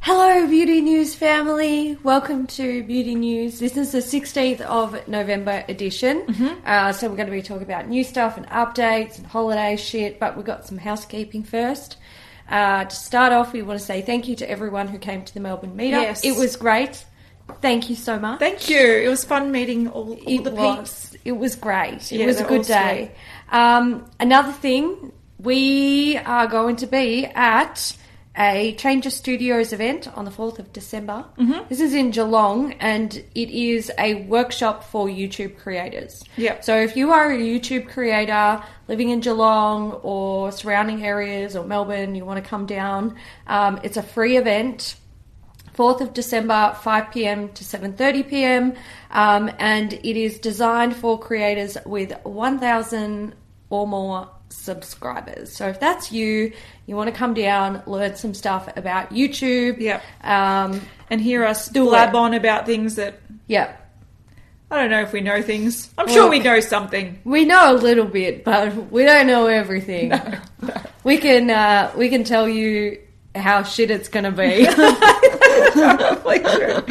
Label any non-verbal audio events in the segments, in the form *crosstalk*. Hello, Beauty News family. Welcome to Beauty News. This is the 16th of November edition. Uh, so, we're going to be talking about new stuff and updates and holiday shit, but we've got some housekeeping first. Uh, to start off, we want to say thank you to everyone who came to the Melbourne meetup. Yes. It was great. Thank you so much. Thank you. It was fun meeting all, all it the was. peeps. It was great. It Yeah, was a they're good all day. Um, another thing, we are going to be at a Change of Studios event on the 4th of December. This is in Geelong and it is a workshop for YouTube creators. Yep. So if you are a YouTube creator living in Geelong or surrounding areas or Melbourne, you want to come down, um, it's a free event. 4th of December, 5 p.m. to 7:30 p.m. Um, and it is designed for creators with 1,000 or more subscribers. So if that's you, you want to come down, learn some stuff about YouTube. Yep. Um, And hear us Do blab it. on about things that yeah. I don't know if we know things. I'm sure we Look. know something. *laughs* We know a little bit, but we don't know everything. We can uh, we can tell you how shit it's gonna *laughs* be. Probably true.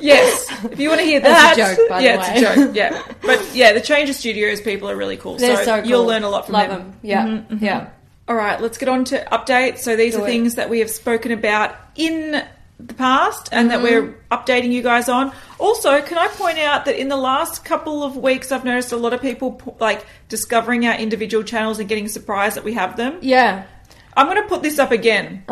yes. If you want to hear that, That's a joke, by the yeah, way. it's a joke. *laughs* Yeah, but yeah, the Change of Studios people are really cool. They're so, cool. you'll learn a lot from Love them. Mm-hmm. Yeah, yeah. All right, let's get on to updates. So these Do are it. things that we have spoken about in the past and that Mm-hmm. we're updating you guys on. Also, can I point out that in the last couple of weeks I've noticed a lot of people pu- like discovering our individual channels and getting surprised that we have them. Yeah. I'm going to put this *laughs* up again.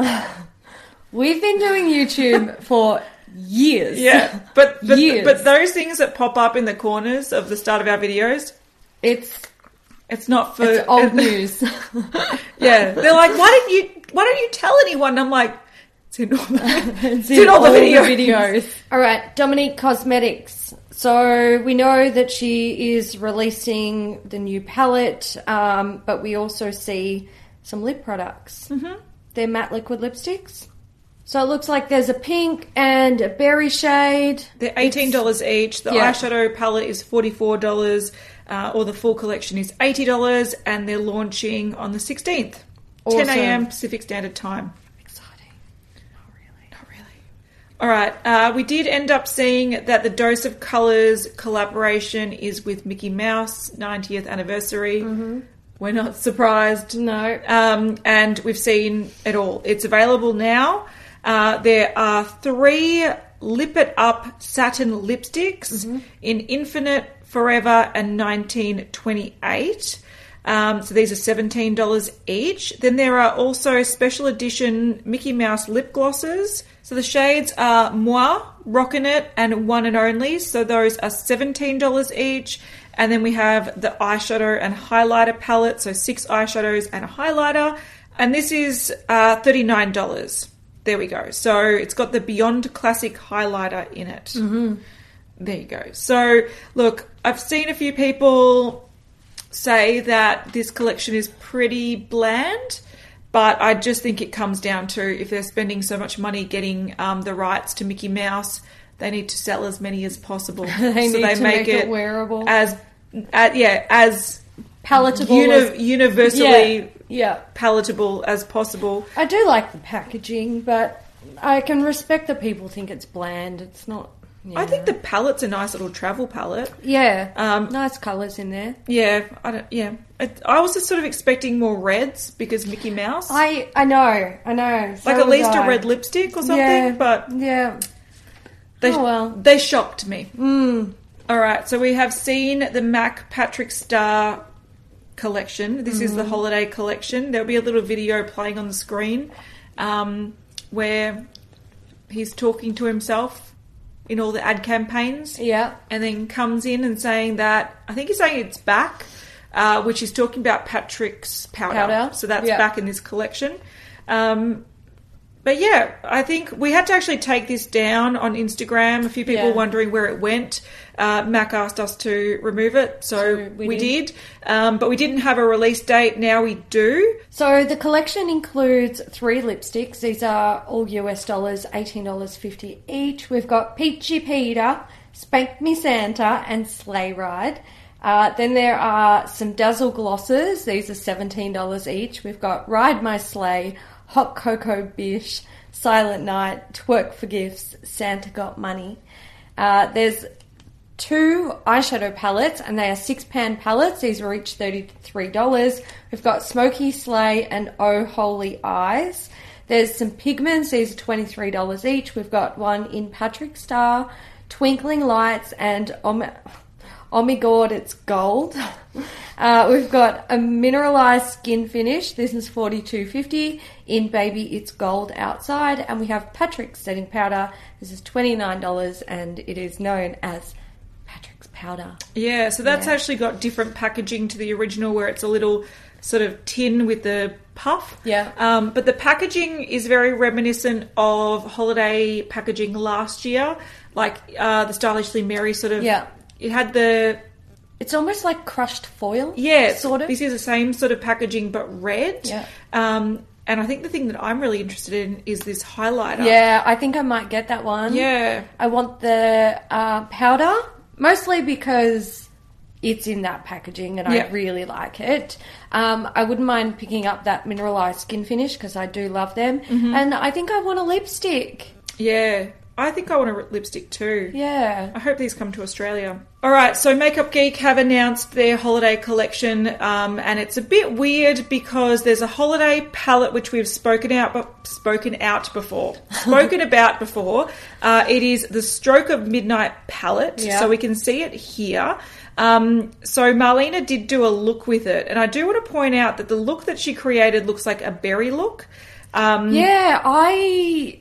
We've been doing *laughs* YouTube for years. Yeah. But but, Years. but those things that pop up in the corners of the start of our videos, It's it's not for it's *laughs* old news. Yeah, they're like, why didn't you? Why don't you tell anyone? I'm like, it's in all the, *laughs* It's in all the videos. *laughs* All right, Dominique Cosmetics. So we know that she is releasing the new palette, um, but we also see some lip products. Mm-hmm. They're matte liquid lipsticks. So it looks like there's a pink and a berry shade. They're eighteen dollars each. The Yeah. eyeshadow palette is forty four dollars, uh, or the full collection is eighty dollars, and they're launching on the sixteenth, ten Awesome. a.m. Pacific Standard Time. Exciting. Not really. Not really. All right. Uh, we did end up seeing that the Dose of Colors collaboration is with Mickey Mouse ninetieth anniversary. We're not surprised. Mm-hmm. No. um, and we've seen it all. It's available now. Uh, there are three Lip It Up satin lipsticks in Infinite, Forever, and 1928. Um, so these are $17 each. Then there are also special edition Mickey Mouse lip glosses. So the shades are Moi, Rockin' It, and One and Only. So those are $17 each. And then we have the eyeshadow and highlighter palette, so six eyeshadows and a highlighter. And this is uh, $39. There we go. So it's got the Beyond Classic highlighter in it. There you go. So, look, I've seen a few people say that this collection is pretty bland, but I just think it comes down to if they're spending so much money getting um, the rights to Mickey Mouse, they need to sell as many as *laughs* possible. They need to make it wearable. as, uh, yeah, as Palatable. uni- as- universally yeah. palatable as possible. I do like the packaging, but I can respect that people think it's bland. It's not. Yeah. I think the palette's a nice little travel palette. Yeah. Um, nice colours in there. Yeah, I don't. Yeah, I, I was just sort of expecting more reds because Mickey Mouse, I I know. I know. So like at was least a I. red lipstick or something. Yeah. But Yeah. they Oh, well. Mm. they shocked me. All right, so we have seen the Mac Patrick Star collection. This Mm-hmm. is the holiday collection. There'll be a little video playing on the screen um, where he's talking to himself in all the ad campaigns. Yeah. and then comes in and saying that I think he's saying it's back, uh, which is talking about Patrick's powder. Powder, So that's yeah. back in this collection. Um, but yeah, I think we had to actually take this down on Instagram. A few people Yeah. wondering where it went. Uh, Mac asked us to remove it, so So we, we did. did. Um, but we didn't have a release date. Now we do. So the collection includes three lipsticks. These are all US dollars, eighteen dollars fifty each. We've got Peachy Peter, Spank Me Santa, and Sleigh Ride. Uh, then there are some dazzle glosses. These are seventeen dollars each. We've got Ride My Sleigh, Hot Cocoa Bish, Silent Night, Twerk for Gifts, Santa Got Money. Uh, there's two eyeshadow palettes, and they are six pan palettes. These were each $33. We've got Smoky Slay and Oh Holy Eyes. There's some pigments, these are $23 each. We've got one in Patrick Star, Twinkling Lights, and Om- Omigord, Oh it's gold. *laughs* Uh, we've got a mineralized skin finish. This is forty two fifty. In baby, it's gold outside, and we have Patrick's setting powder. This is twenty nine dollars, and it is known as Patrick's powder. Yeah, so that's Yeah. actually got different packaging to the original, where it's a little sort of tin with the puff. Yeah. Um, but the packaging is very reminiscent of holiday packaging last year, like uh, the stylishly merry sort of. Yeah. It had the It's almost like crushed foil. yeah sort of. This is the same sort of packaging but red. Yeah. Um, and I think the thing that I'm really interested in is this highlighter. Yeah, I think I might get that one. Yeah. I want the uh, powder mostly because it's in that packaging and Yeah. I really like it. Um, I wouldn't mind picking up that mineralized skin finish because I do love them. Mm-hmm. And I think I want a lipstick. Yeah. I think I want a lipstick too. Yeah. I hope these come to Australia. All right, so Makeup Geek have announced their holiday collection, um, and it's a bit weird because there's a holiday palette which we've spoken out, spoken *laughs* out before, spoken about before. Uh, it is the Stroke of Midnight palette, Yeah. so we can see it here. Um, so Marlena did do a look with it, and I do want to point out that the look that she created looks like a berry look. Um, Yeah, I.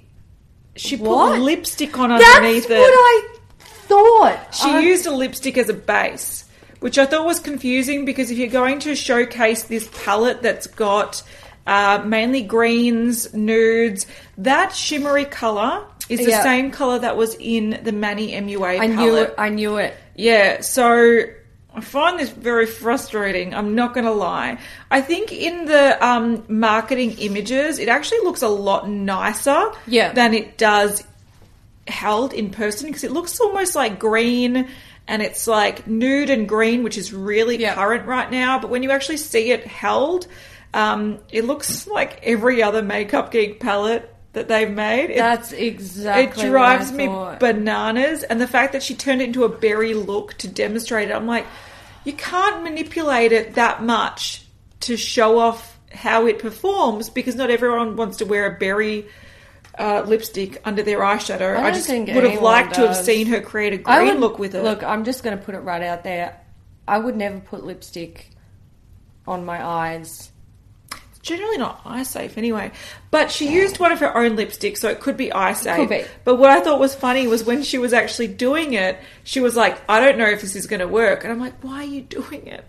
she put What? lipstick on That's underneath what it. I thought. She I- used a lipstick as a base, which I thought was confusing because if you're going to showcase this palette that's got uh, mainly greens, nudes, that shimmery colour is the Yeah. same colour that was in the Manny MUA I palette. knew it. I knew it. Yeah, so I find this very frustrating. I'm not going to lie. I think in the um, marketing images, it actually looks a lot nicer Yeah. than it does held in person because it looks almost like green and it's like nude and green, which is really Yeah. current right now. But when you actually see it held, um, it looks like every other makeup geek palette that they've made. It- That's it exactly. drives what I me thought. bananas. And the fact that she turned it into a berry look to demonstrate it, I'm like, you can't manipulate it that much to show off how it performs because not everyone wants to wear a berry uh, lipstick under their eyeshadow. I I, don't just think would have anyone liked to have does. seen her create a green I would look with it. Look, I'm just going to put it right out there. I would never put lipstick on my eyes. generally not eye safe anyway. But she used one of her own lipsticks, so it could be eye safe. could be. But what I thought was funny was when she was actually doing it, she was like, I don't know if this is going to work. And I'm like, why are you doing it?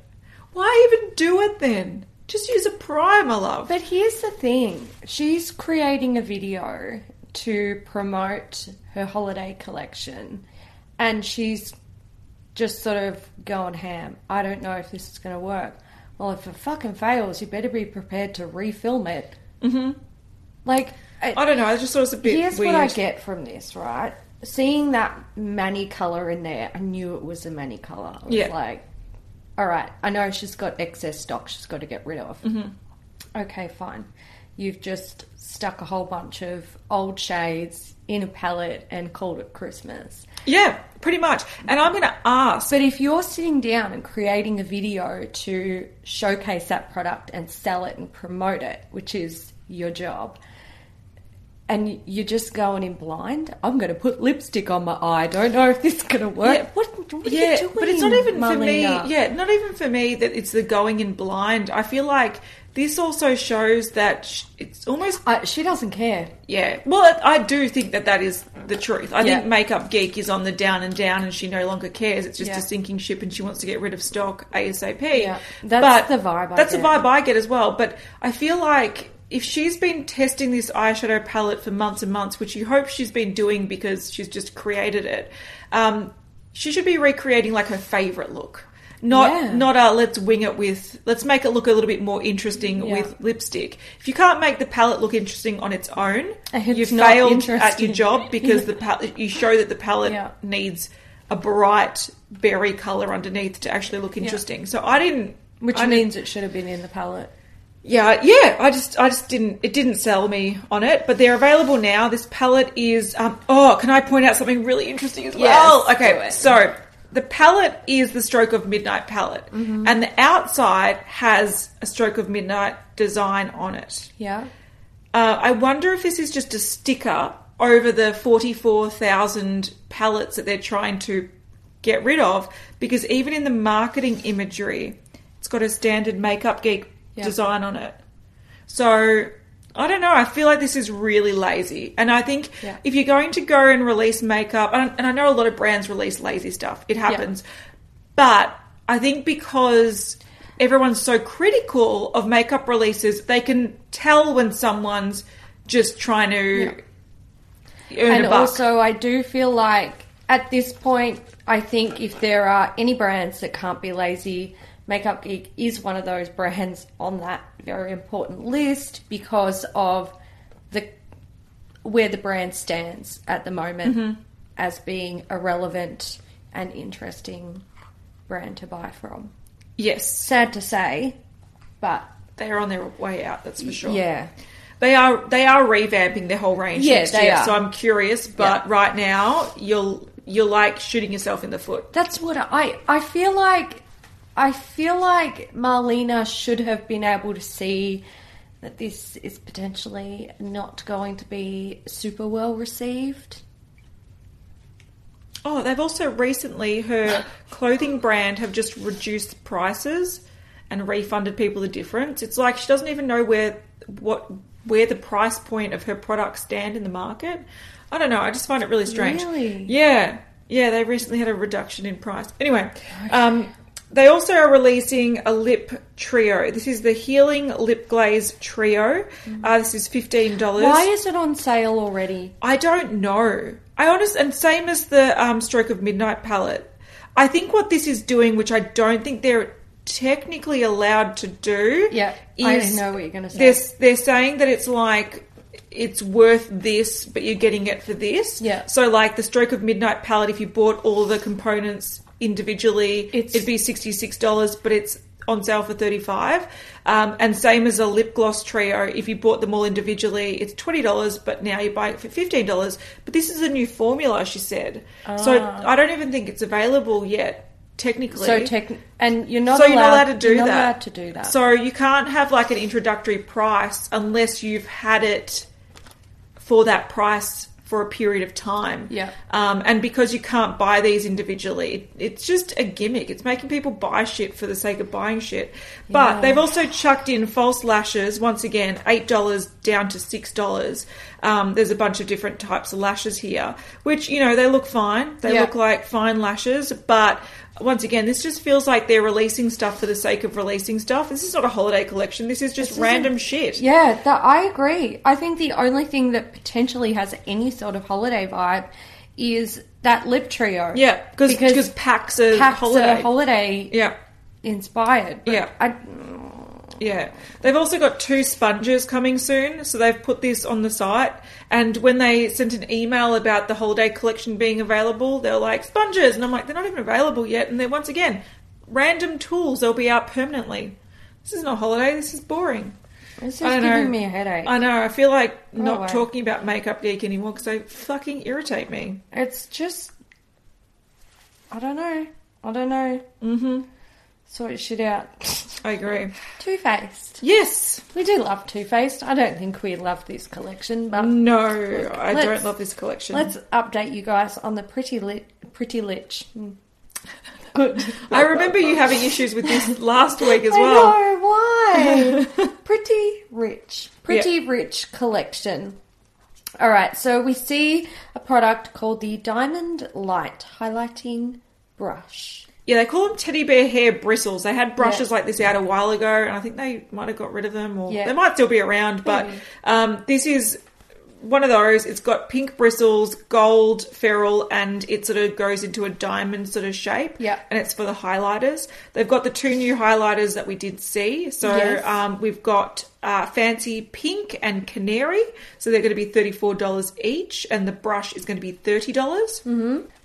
Why even do it then? Just use a primer, love. But here's the thing she's creating a video to promote her holiday collection, and she's just sort of going ham. I don't know if this is going to work. Well, if it fucking fails, you better be prepared to refilm it. Mm-hmm. Like, I- I don't know. I just thought it was a bit Here's weird. what I get from this, right? Seeing that mani color in there, I knew it was a mani color. I was Yeah. like, all right, I know she's got excess stock she's got to get rid of. Mm-hmm. Okay, fine. You've just stuck a whole bunch of old shades in a palette and called it Christmas. Yeah, pretty much. And I'm going to ask. But if you're sitting down and creating a video to showcase that product and sell it and promote it, which is your job, and you're just going in blind, I'm going to put lipstick on my eye. Don't know *laughs* if this is going to work. Yeah. What, what are yeah, you doing? but it's not even for me. Marlena? Yeah, not even for me that it's the going in blind. I feel like this also shows that sh- it's almost I, she doesn't care. Yeah. Well, I I do think that that is the truth. I think Yeah. Makeup Geek is on the down and down and she no longer cares. It's just Yeah. a sinking ship and she wants to get rid of stock ASAP. Yeah. That's the vibe I That's the get. vibe I get as well. But I feel like if she's been testing this eyeshadow palette for months and months, which you hope she's been doing because she's just created it, um, she should be recreating like her favorite look. Not Yeah. not a let's wing it with let's make it look a little bit more interesting Yeah. with lipstick. If you can't make the palette look interesting on its own, It's you not failed at your interesting. *laughs* job because the pal- you show that the palette Yeah. needs a bright berry color underneath to actually look interesting. So I didn't. Which I didn't- means it should have been in the palette. Yeah, yeah. I just, I just didn't. It didn't sell me on it, but they're available now. This palette is. Um, oh, can I point out something really interesting as well? Yes, do okay, it. so the palette is the stroke of midnight palette, Mm-hmm. and the outside has a stroke of midnight design on it. Yeah. Uh, I wonder if this is just a sticker over the 44,000 pallets that they're trying to get rid of, because even in the marketing imagery, it's got a standard makeup geek Yeah. design on it. So I don't know. I feel like this is really lazy. And I think Yeah. if you're going to go and release makeup, and and I know a lot of brands release lazy stuff, it happens. But I think because everyone's so critical of makeup releases, they can tell when someone's just trying to earn and a buck. also I do feel like at this point, I think if there are any brands that can't be lazy, Makeup Geek is one of those brands on that very important list because of the where the brand stands at the moment Mm-hmm. as being a relevant and interesting brand to buy from. yes, Sad to say, but they're on their way out. That's for sure. yeah. They are they are revamping their whole range. Yeah, next they year, are. So I'm curious, but Yeah. right now you'll you're like shooting yourself in the foot. That's what I I feel like I feel like Marlena should have been able to see that this is potentially not going to be super well received. Oh, they've also recently her clothing brand have just reduced prices and refunded people the difference. It's like she doesn't even know where what where the price point of her products stand in the market. I don't know. I just find it really strange. Really? Yeah, yeah. They recently had a reduction in price. Anyway, um, they also are releasing a lip trio. This is the Healing Lip Glaze Trio. Uh, this is fifteen dollars. Mm. Why is it on sale already? I don't know. I honest and same as the um, Stroke of Midnight palette. I think what this is doing, which I don't think they're technically allowed to do, Yeah, I is know what you're gonna say. They're, they're saying that it's like it's worth this, but you're getting it for this. Yeah. So like the Stroke of Midnight palette, if you bought all the components individually, It's- it'd be sixty six dollars, but it's on sale for thirty five. Um, and same as a lip gloss trio, if you bought them all individually, it's twenty dollars, but now you buy it for fifteen dollars. But this is a new formula, she said. So I don't even think it's available yet, technically. Ah. So tech and you're not so allowed, you're not allowed to do you're not that. allowed to do that. So you can't have like an introductory price unless you've had it for that price for a period of time. Yeah. Um, and because you can't buy these individually, it- it's just a gimmick. It's making people buy shit for the sake of buying shit. But Yeah. they've also chucked in false lashes once again, eight dollars down to six dollars. Um, there's a bunch of different types of lashes here, which you know they look fine. They Yeah. look like fine lashes, but once again, this just feels like they're releasing stuff for the sake of releasing stuff. This is not a holiday collection. This is just isn't- random shit. Yeah, that I agree. I think the only thing that potentially has any sort of holiday vibe is that lip trio. Yeah, cause, Because because packs are Perhaps holiday. a holiday yeah, inspired. but Yeah. I, yeah. They've also got two sponges coming soon, so they've put this on the site. And when they sent an email about the holiday collection being available, they're like sponges, and I'm like, they're not even available yet. And then once again, random tools they'll be out permanently. This is not holiday. This is boring. This I is don't giving know. me a headache. I know. I feel like Go not away. talking about makeup geek anymore because they fucking irritate me. It's just, I don't know. I don't know. Mm-hmm. Sort shit out. *laughs* I agree. Two Faced. Yes. We do love Two Faced. I don't think we love this collection, but No, Look, I Uh, let's- don't love this collection. let's update you guys on the Pretty Lit, Pretty Lich. Mm. Good. I remember you having issues with this last week as *laughs* I well. know *laughs* why. Pretty rich. Pretty rich collection. All right, so we see a product called the Diamond Light Highlighting Brush. Yeah, they call them teddy bear hair bristles. They had brushes Yeah. like this out a while ago, and I think they might have got rid of them, or Yeah. Hmm. they might still be around. But um, this is one of those. It's got pink bristles, gold ferrule, and it sort of goes into a diamond sort of shape. Yeah. and it's for the highlighters. They've got the two new highlighters that we did see. So Yes. um, we've got uh, fancy pink and canary. So they're going to be thirty four dollars each, and the brush is going to be thirty dollars.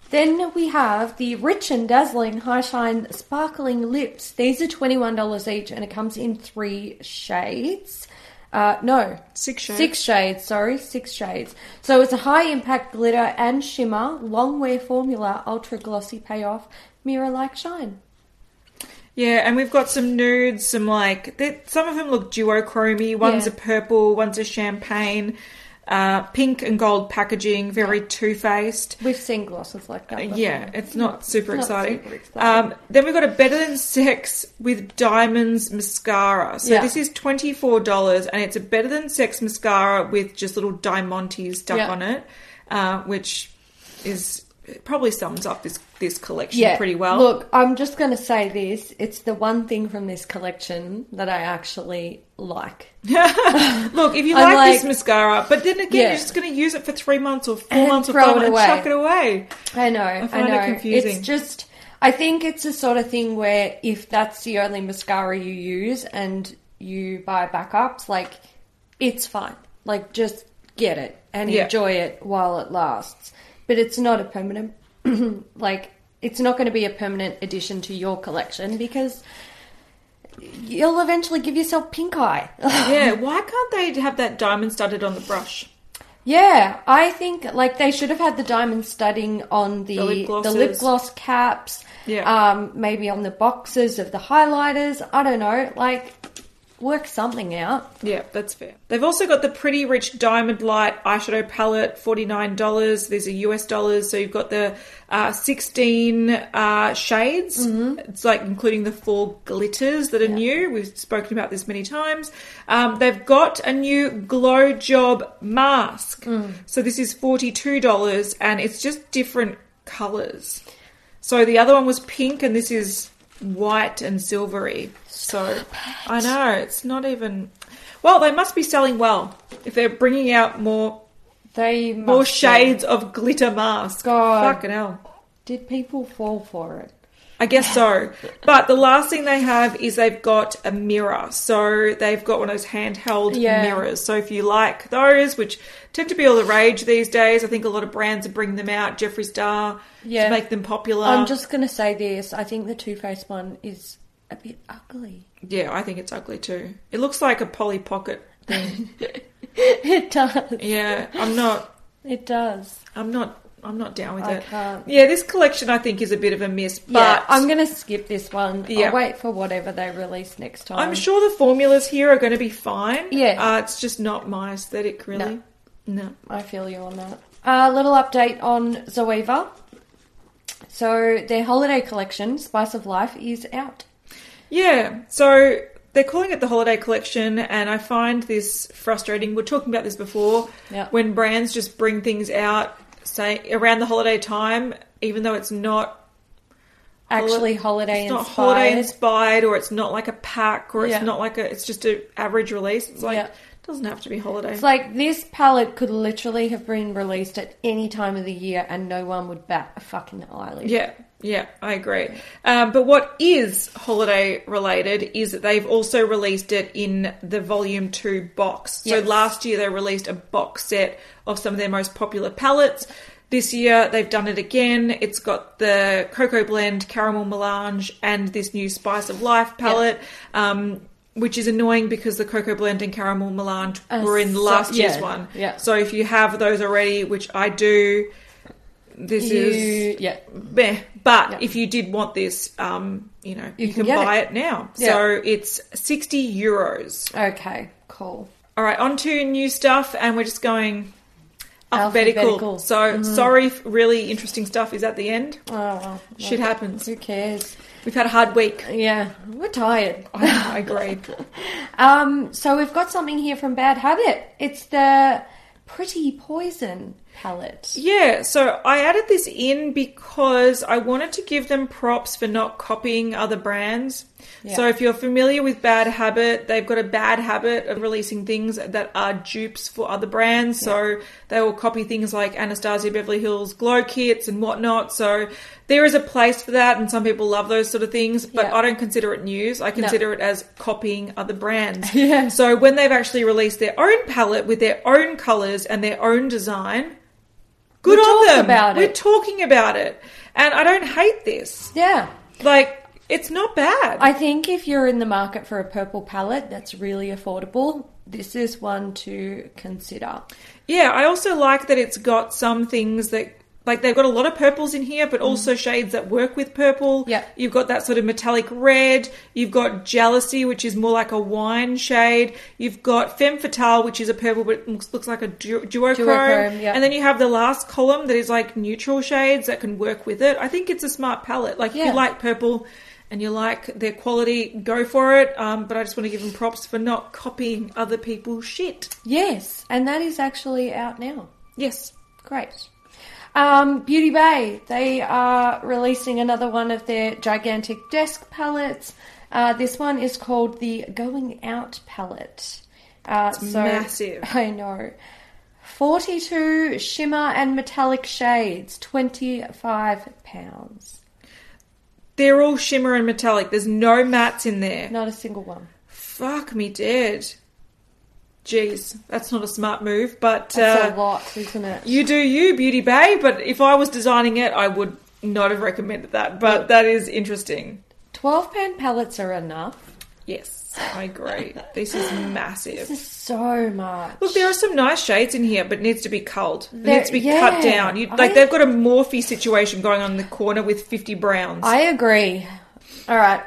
Then we have the Rich and Dazzling High Shine Sparkling Lips. These are $21 each and it comes in three shades. Uh, no, Six shades. Six shades, sorry, six shades. So it's a high impact glitter and shimmer, long wear formula, ultra glossy payoff, mirror like shine. Yeah, and we've got some nudes, some like they- some of them look duochrome. One's Yeah. a purple, one's a champagne, uh, pink and gold packaging, very two faced. We've seen glosses like that. before. Uh, Yeah, it's not super not exciting. super exciting. Um, then we've got a Better Than Sex with Diamonds mascara. So Yeah. this is twenty four dollars, and it's a Better Than Sex mascara with just little diamantes stuck Yeah. on it, uh, which is it probably sums up this this collection pretty well. Look, I'm just going to say this. It's the one thing from this collection that I actually like. Look, if you I'm like, like- this mascara, but then again, Yeah. you're just going to use it for three months or four And months or throw five it months and away. chuck *laughs* it away. I know. I, find it know. confusing. It's just, I think it's the sort of thing where if that's the only mascara you use and you buy backups, like, it's fine. Like, just get it and Yeah. enjoy it while it lasts. But it's not a permanent, *clears throat* like, it's not going to be a permanent addition to your collection because you'll eventually give yourself pink eye. *laughs* yeah, why can't they have that diamond studded on the brush? Yeah, I think like they should have had the diamond studding on the The the lip, lip glosses. gloss caps. Yeah. Um, maybe on the boxes of the highlighters. I don't know. Like, work something out. Yeah, that's fair. They've also got the Pretty Rich Diamond Light eyeshadow palette, $49. These are US dollars. So you've got the uh, 16 uh, shades. It's like including the four glitters that are new. We've spoken about this many times. Um, they've got a new Glow Job mask. So this is $42 and it's just different colors. So the other one was pink and this is white and silvery. So I know it's not even. Well, they must be selling well if they're bringing out more They more must- shades of glitter masks. God. Fucking hell. Did people fall for it? I guess so. but the last thing they have is they've got a mirror. So they've got one of those handheld Yeah. mirrors. So if you like those, which tend to be all the rage these days, I think a lot of brands are bringing them out. Jeffree Star Yeah. to make them popular. I'm just gonna say this. I think the Too Faced one is a bit ugly. *laughs* Yeah, I think it's ugly too. It looks like a Polly Pocket thing. it does. yeah, I'm not. It does. I'm not. I'm not down with I it. can't. Yeah, this collection I think is a bit of a miss, but yeah, I'm I'm, gonna skip this one. Yeah. I'll wait for whatever they release next time. sure the formulas here are going to be fine. Yeah. uh, it's just not my aesthetic, really. No. I feel you on that. A little update on Zoeva. So their holiday collection, Spice of Life, is out. Yeah, so they're calling it the holiday collection, and I find this frustrating. We're talking about this before Yeah. when brands just bring things out say around the holiday time, even though it's not Actually, holiday it's inspired. not holiday inspired or it's not like a pack or it's Yeah. not like a it's just an average release it's like Yeah. it doesn't have to be holiday It's like this palette could literally have been released at any time of the year, and no one would bat a fucking eyelid. yeah yeah i agree um, but what is holiday related is that they've also released it in the volume 2 box so Yes. last year they released a box set of some of their most popular palettes this year they've done it again it's got the cocoa blend caramel melange and this new spice of life palette um, which is annoying because the cocoa blend and caramel melange Uh, were in so- last year's yeah, one. yeah. So if you have those already, which I do, this is You, yeah, meh. But Yeah. if you did want this, um, you know, you, You can can, get buy it, it. now. Yeah. So it's sixty euros. okay, cool. All right, on to new stuff, and we're just going alphabetical. Alphabetical. Mm. So sorry, if really interesting stuff is at the end. Oh well, Shit happens. who cares? We've had a hard week. Yeah, we're tired. *laughs* I, I agree. Um, so we've got something here from Bad Habit. It's the Pretty Poison palette. Yeah, so I added this in because I wanted to give them props for not copying other brands. Yeah. So if you're familiar with Bad Habit, they've got a bad habit of releasing things that are dupes for other brands. So they will copy things like Anastasia Beverly Hills glow kits and whatnot. So there is a place for that, and some people love those sort of things. But Yeah. I don't consider it news. I consider it as copying other *laughs* brands. Yeah. So when they've actually released their own palette with their own colors and their own design. Good Good on on about We're it. talking about it. And I don't hate this. Yeah. Like, it's not bad. I think if you're in the market for a purple palette that's really affordable, this is one to consider. yeah, I also like that it's got some things that, like, they've got a lot of purples in here, but also shades that work with purple. Mm. Yeah. You've got that sort of metallic red. You've got Jealousy, which is more like a wine shade. You've got Femme Fatale, which is a purple, but looks, looks like a du- duochrome. Duochrome, yeah. And then you have the last column that is like neutral shades that can work with it. I think it's a smart palette. Like, if Yeah. you like purple and you like their quality, go for it. Um, but I just want to give them props for not copying other people's shit. Yes, and that is actually out now. Yes. Great. Um, Beauty Bay, they are releasing another one of their gigantic desk palettes. Uh, this one is called the Going Out palette. Uh, so, massive. *laughs* I know. 42 shimmer and metallic shades, 25 pounds. They're all shimmer and metallic. There's no mattes in there. Not a single one. Fuck me dead. Jeez, that's not a smart move, but That's uh, a lot, isn't it? you do you, Beauty Bay. But if I was designing it, I would not have recommended that. But that is interesting. 12 pound palettes are enough. Yes, I agree. this *laughs* is massive. This is so much. Look, there are some nice shades in here, but it needs to be culled. It There- needs to be yeah. cut down. You, like I- they've got a Morphe situation going on in the corner with fifty browns. I agree. All right,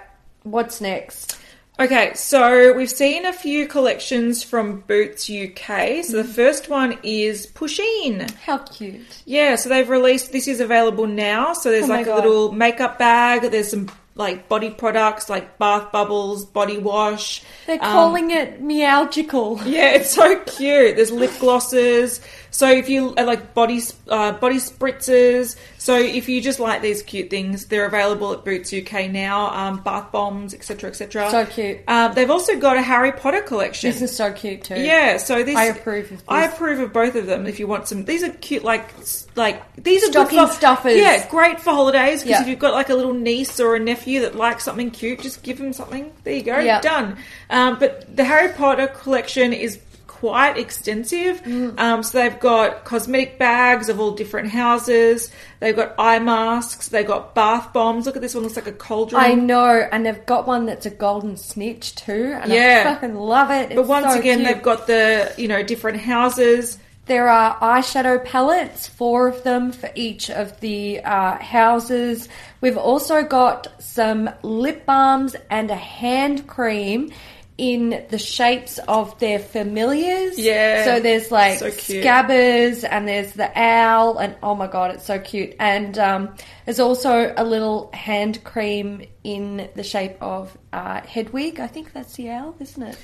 what's next? Okay, so we've seen a few collections from Boots UK. So the Mm-hmm. first one is Pusheen. How cute. Yeah, so they've released this is available now. So there's Oh my like a God. little makeup bag, there's some like body products like bath bubbles, body wash. They're um, calling it meowgical. *laughs* Yeah, it's so cute. There's lip glosses. So if you uh, like body uh, body spritzers, so if you just like these cute things, they're available at Boots UK now. Um, bath bombs, etc., etc. So cute. Um, they've also got a Harry Potter collection. This is so cute too. yeah, so this I approve of this. I approve of both of them. If you want some, these are cute. Like s- like these are good Stocking for- stuffers. Yeah, great for holidays because Yeah. if you've got like a little niece or a nephew that likes something cute, just give them something. There you go, Yeah. done. Um, but the Harry Potter collection is quite extensive. Mm. Um, so they've got cosmetic bags of all different houses. They've got eye masks. They've got bath bombs. Look at this one; looks like a cauldron. I know, and they've got one that's a golden snitch too, and Yeah. I fucking love it. but once again, they've they've got got the you know different houses. there are eyeshadow palettes, four of them for each of the uh, houses. We've also got some lip balms and a hand cream in the shapes of their familiars. Yeah. So there's like So cute. scabbers and there's the owl and oh my god, it's so cute. And um, there's also a little hand cream in the shape of uh, Hedwig. I think that's the owl, isn't it?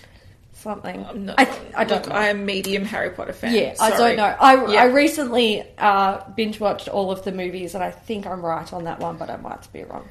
Something. I'm not- I, th- I don't look, know. I am medium Harry Potter fan. Yeah, I don't Sorry. know. I, Yeah. I recently uh, binge watched all of the movies, and I think I'm right on that one, but I might be wrong.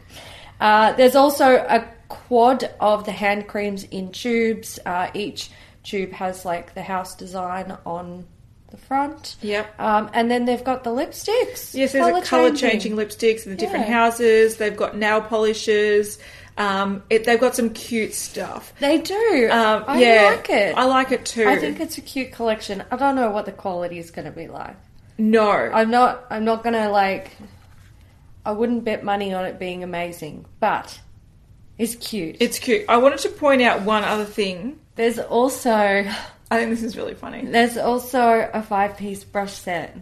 Uh, there's also a quad of the hand creams in tubes. Uh, each tube has like the house design on the front. Yep. Um, and then they've got the lipsticks. Yes, there's a color changing lipsticks in the different Yeah. houses. They've got nail polishes. Um, it, they've got some cute stuff. They do. Um, I yeah, like it. I like it too. I think it's a cute collection. I don't know what the quality is going to be like. no, I'm not. I'm not gonna like. I wouldn't bet money on it being amazing, but it's cute. it's cute. I wanted to point out one other thing. there's also I think this is really funny. there's also a five piece brush set.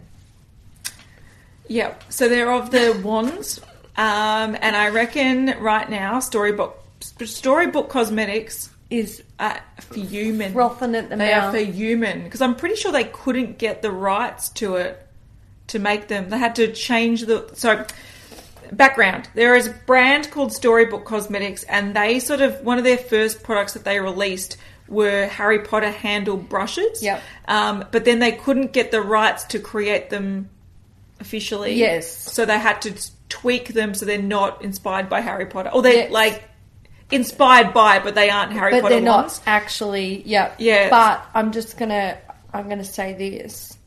Yep. So they're *laughs* of the wands, um, and I reckon right now storybook storybook cosmetics Is are fuming. frothing at the They are mouth. for human because I'm pretty sure they couldn't get the rights to it to make them. They had to change the so background. There is a brand called Storybook Cosmetics, and they sort of one of their first products that they released were Harry Potter handle brushes. Yep. Um, but then they couldn't get the rights to create them officially. Yes. So they had to t- tweak them so they're not inspired by Harry Potter, or they Yes. like inspired by, but they aren't Harry but Potter they're not ones. actually. Yeah. Yeah. But I'm just gonna. I'm gonna say this.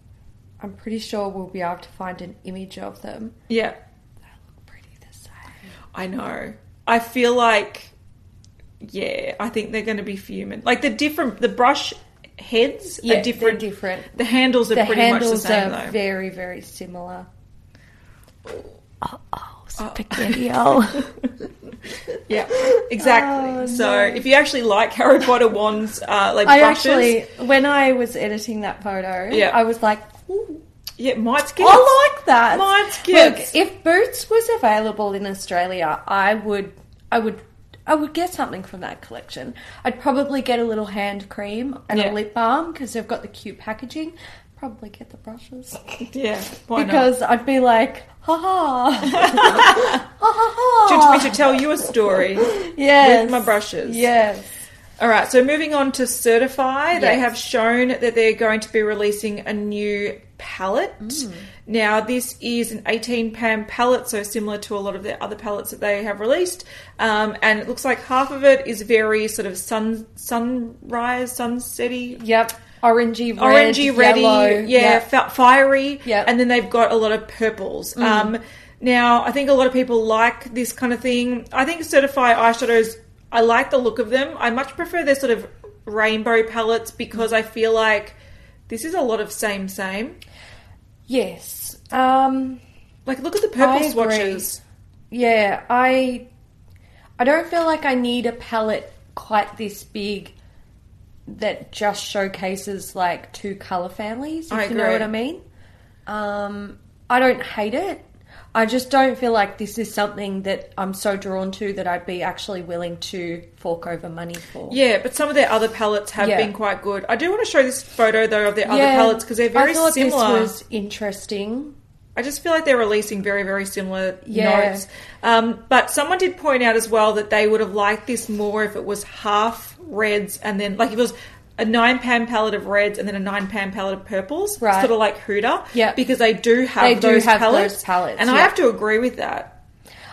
I'm pretty sure we'll be able to find an image of them. Yeah. They look pretty the same. I know. I feel like, yeah, I think they're going to be fuming. Like the different, the brush heads Yeah, are they're different. different. The handles are The pretty much the handles same are though. very very similar. oh, spaghetti. Oh. *laughs* Yeah, *laughs* exactly. so if you actually like Harry Potter wands, uh, like I brushes, actually, when I was editing that photo, Yeah. I was like, Ooh, yeah, might get. I like that. Mine's Look, gifts. if Boots was available in Australia, I would, I would, I would get something from that collection. I'd probably get a little hand cream and a Yeah. lip balm because they've got the cute packaging. Probably get the brushes Yeah, *laughs* why *laughs* not? because I'd be like, ha *laughs* ha, ha Do ha you want ha. me to tell you a story? Yes, with my brushes? Yes. All right, so moving on to Certify, they Yes. have shown that they're going to be releasing a new palette. Now, this is an 18 pan palette, so similar to a lot of the other palettes that they have released. Um, and it looks like half of it is very sort of sun sunrise, sunsetty, Yep. Orangey, red, orangey, ready, yellow. yeah, fi- fiery, Yep. Mm. and then they've got a lot of purples. Um, now, I think a lot of people like this kind of thing. I think Certify eyeshadows, I like the look of them. I much prefer their sort of rainbow palettes because I feel like this is a lot of same, same. Yes. Um. Like, look at the I purple agree. swatches. Yeah, I I don't feel like I need a palette quite this big that just showcases like two color families, if I you know agree. what I mean. Um I don't hate it. I just don't feel like this is something that I'm so drawn to that I'd be actually willing to fork over money for. Yeah, but some of their other palettes have Yeah. been quite good. I do want to show this photo, though, of their other Yeah, palettes because they're very I thought similar. This was interesting. I just feel like they're releasing very, very similar Yeah. notes. Um, but someone did point out as well that they would have liked this more if it was half reds and then, like, if it was a nine pan palette of reds and then a nine pan palette of purples, Right. sort of like Huda. Yeah. Because they do have They do those have palettes. those palettes, And I yeah. have to agree with that.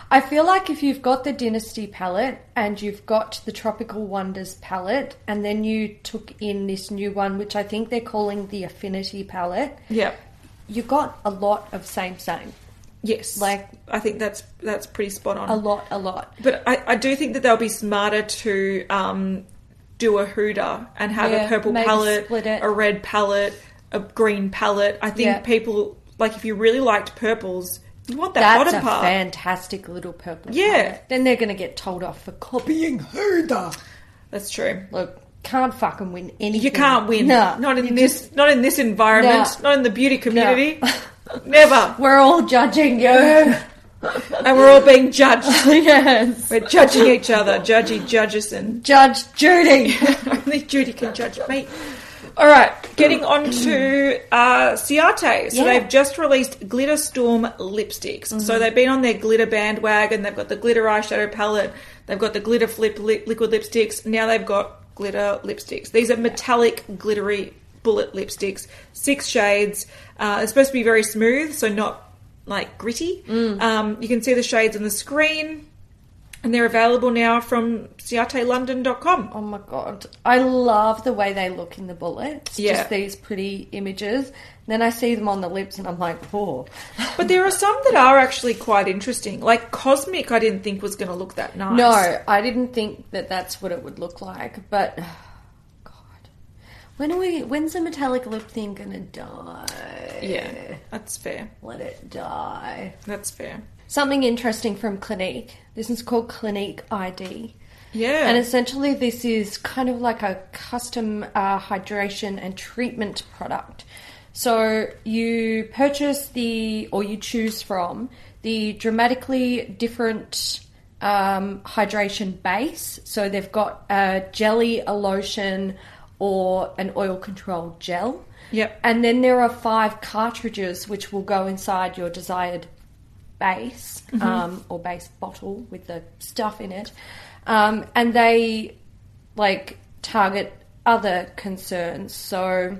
I feel like if you've got the Dynasty palette and you've got the Tropical Wonders palette, and then you took in this new one, which I think they're calling the Affinity palette, Yeah. you got a lot of same same. Yes. Like- I think that's that's pretty spot on. A lot, a lot. But I, I do think that they'll be smarter to um, do a Huda and have Yeah, a purple maybe palette, split it. a red palette, a green palette. I think Yeah. people like if you really liked purples, you want that That's a bottom part. fantastic little purple. Yeah. palette. Then they're going to get told off for copying Huda. That's true. Look, can't fucking win anything. You can't win. No. Not in this not in this environment, Nah. not in the *laughs* beauty community. Never. We're all judging you. *laughs* And we're all being judged. yes. We're judging each other, judgy judgeson. Judge Judy. *laughs* Only Judy can judge me. All right, getting on to uh, Ciate. So Yeah. they've just released Glitter Storm lipsticks. So they've been on their glitter bandwagon. They've got the glitter eyeshadow palette. They've got the glitter flip li- liquid lipsticks. Now they've got glitter lipsticks. These are metallic, glittery bullet lipsticks. Six shades. Uh, it's supposed to be very smooth, so not like gritty. Um, you can see the shades on the screen. And they're available now from ciatelondon.com. Oh my god. I love the way they look in the bullets. Yeah. Just these pretty images. Then I see them on the lips and I'm like, *laughs* whoa. But there are some that are actually quite interesting. Like Cosmic, I didn't think was going to look that nice. No, I didn't think that that's what it would look like, but *sighs* god. When are we when's the metallic lip thing going to die? Yeah, that's fair. Let it die. That's fair. Something interesting from Clinique. This is called Clinique ID. Yeah. And essentially, this is kind of like a custom uh, hydration and treatment product. So you purchase the, or you choose from, the dramatically different um, hydration base. So they've got a jelly, a lotion, or an oil control gel. Yep. And then there are five cartridges which will go inside your desired base um, or base bottle with the stuff in it, um, and they like target other concerns. So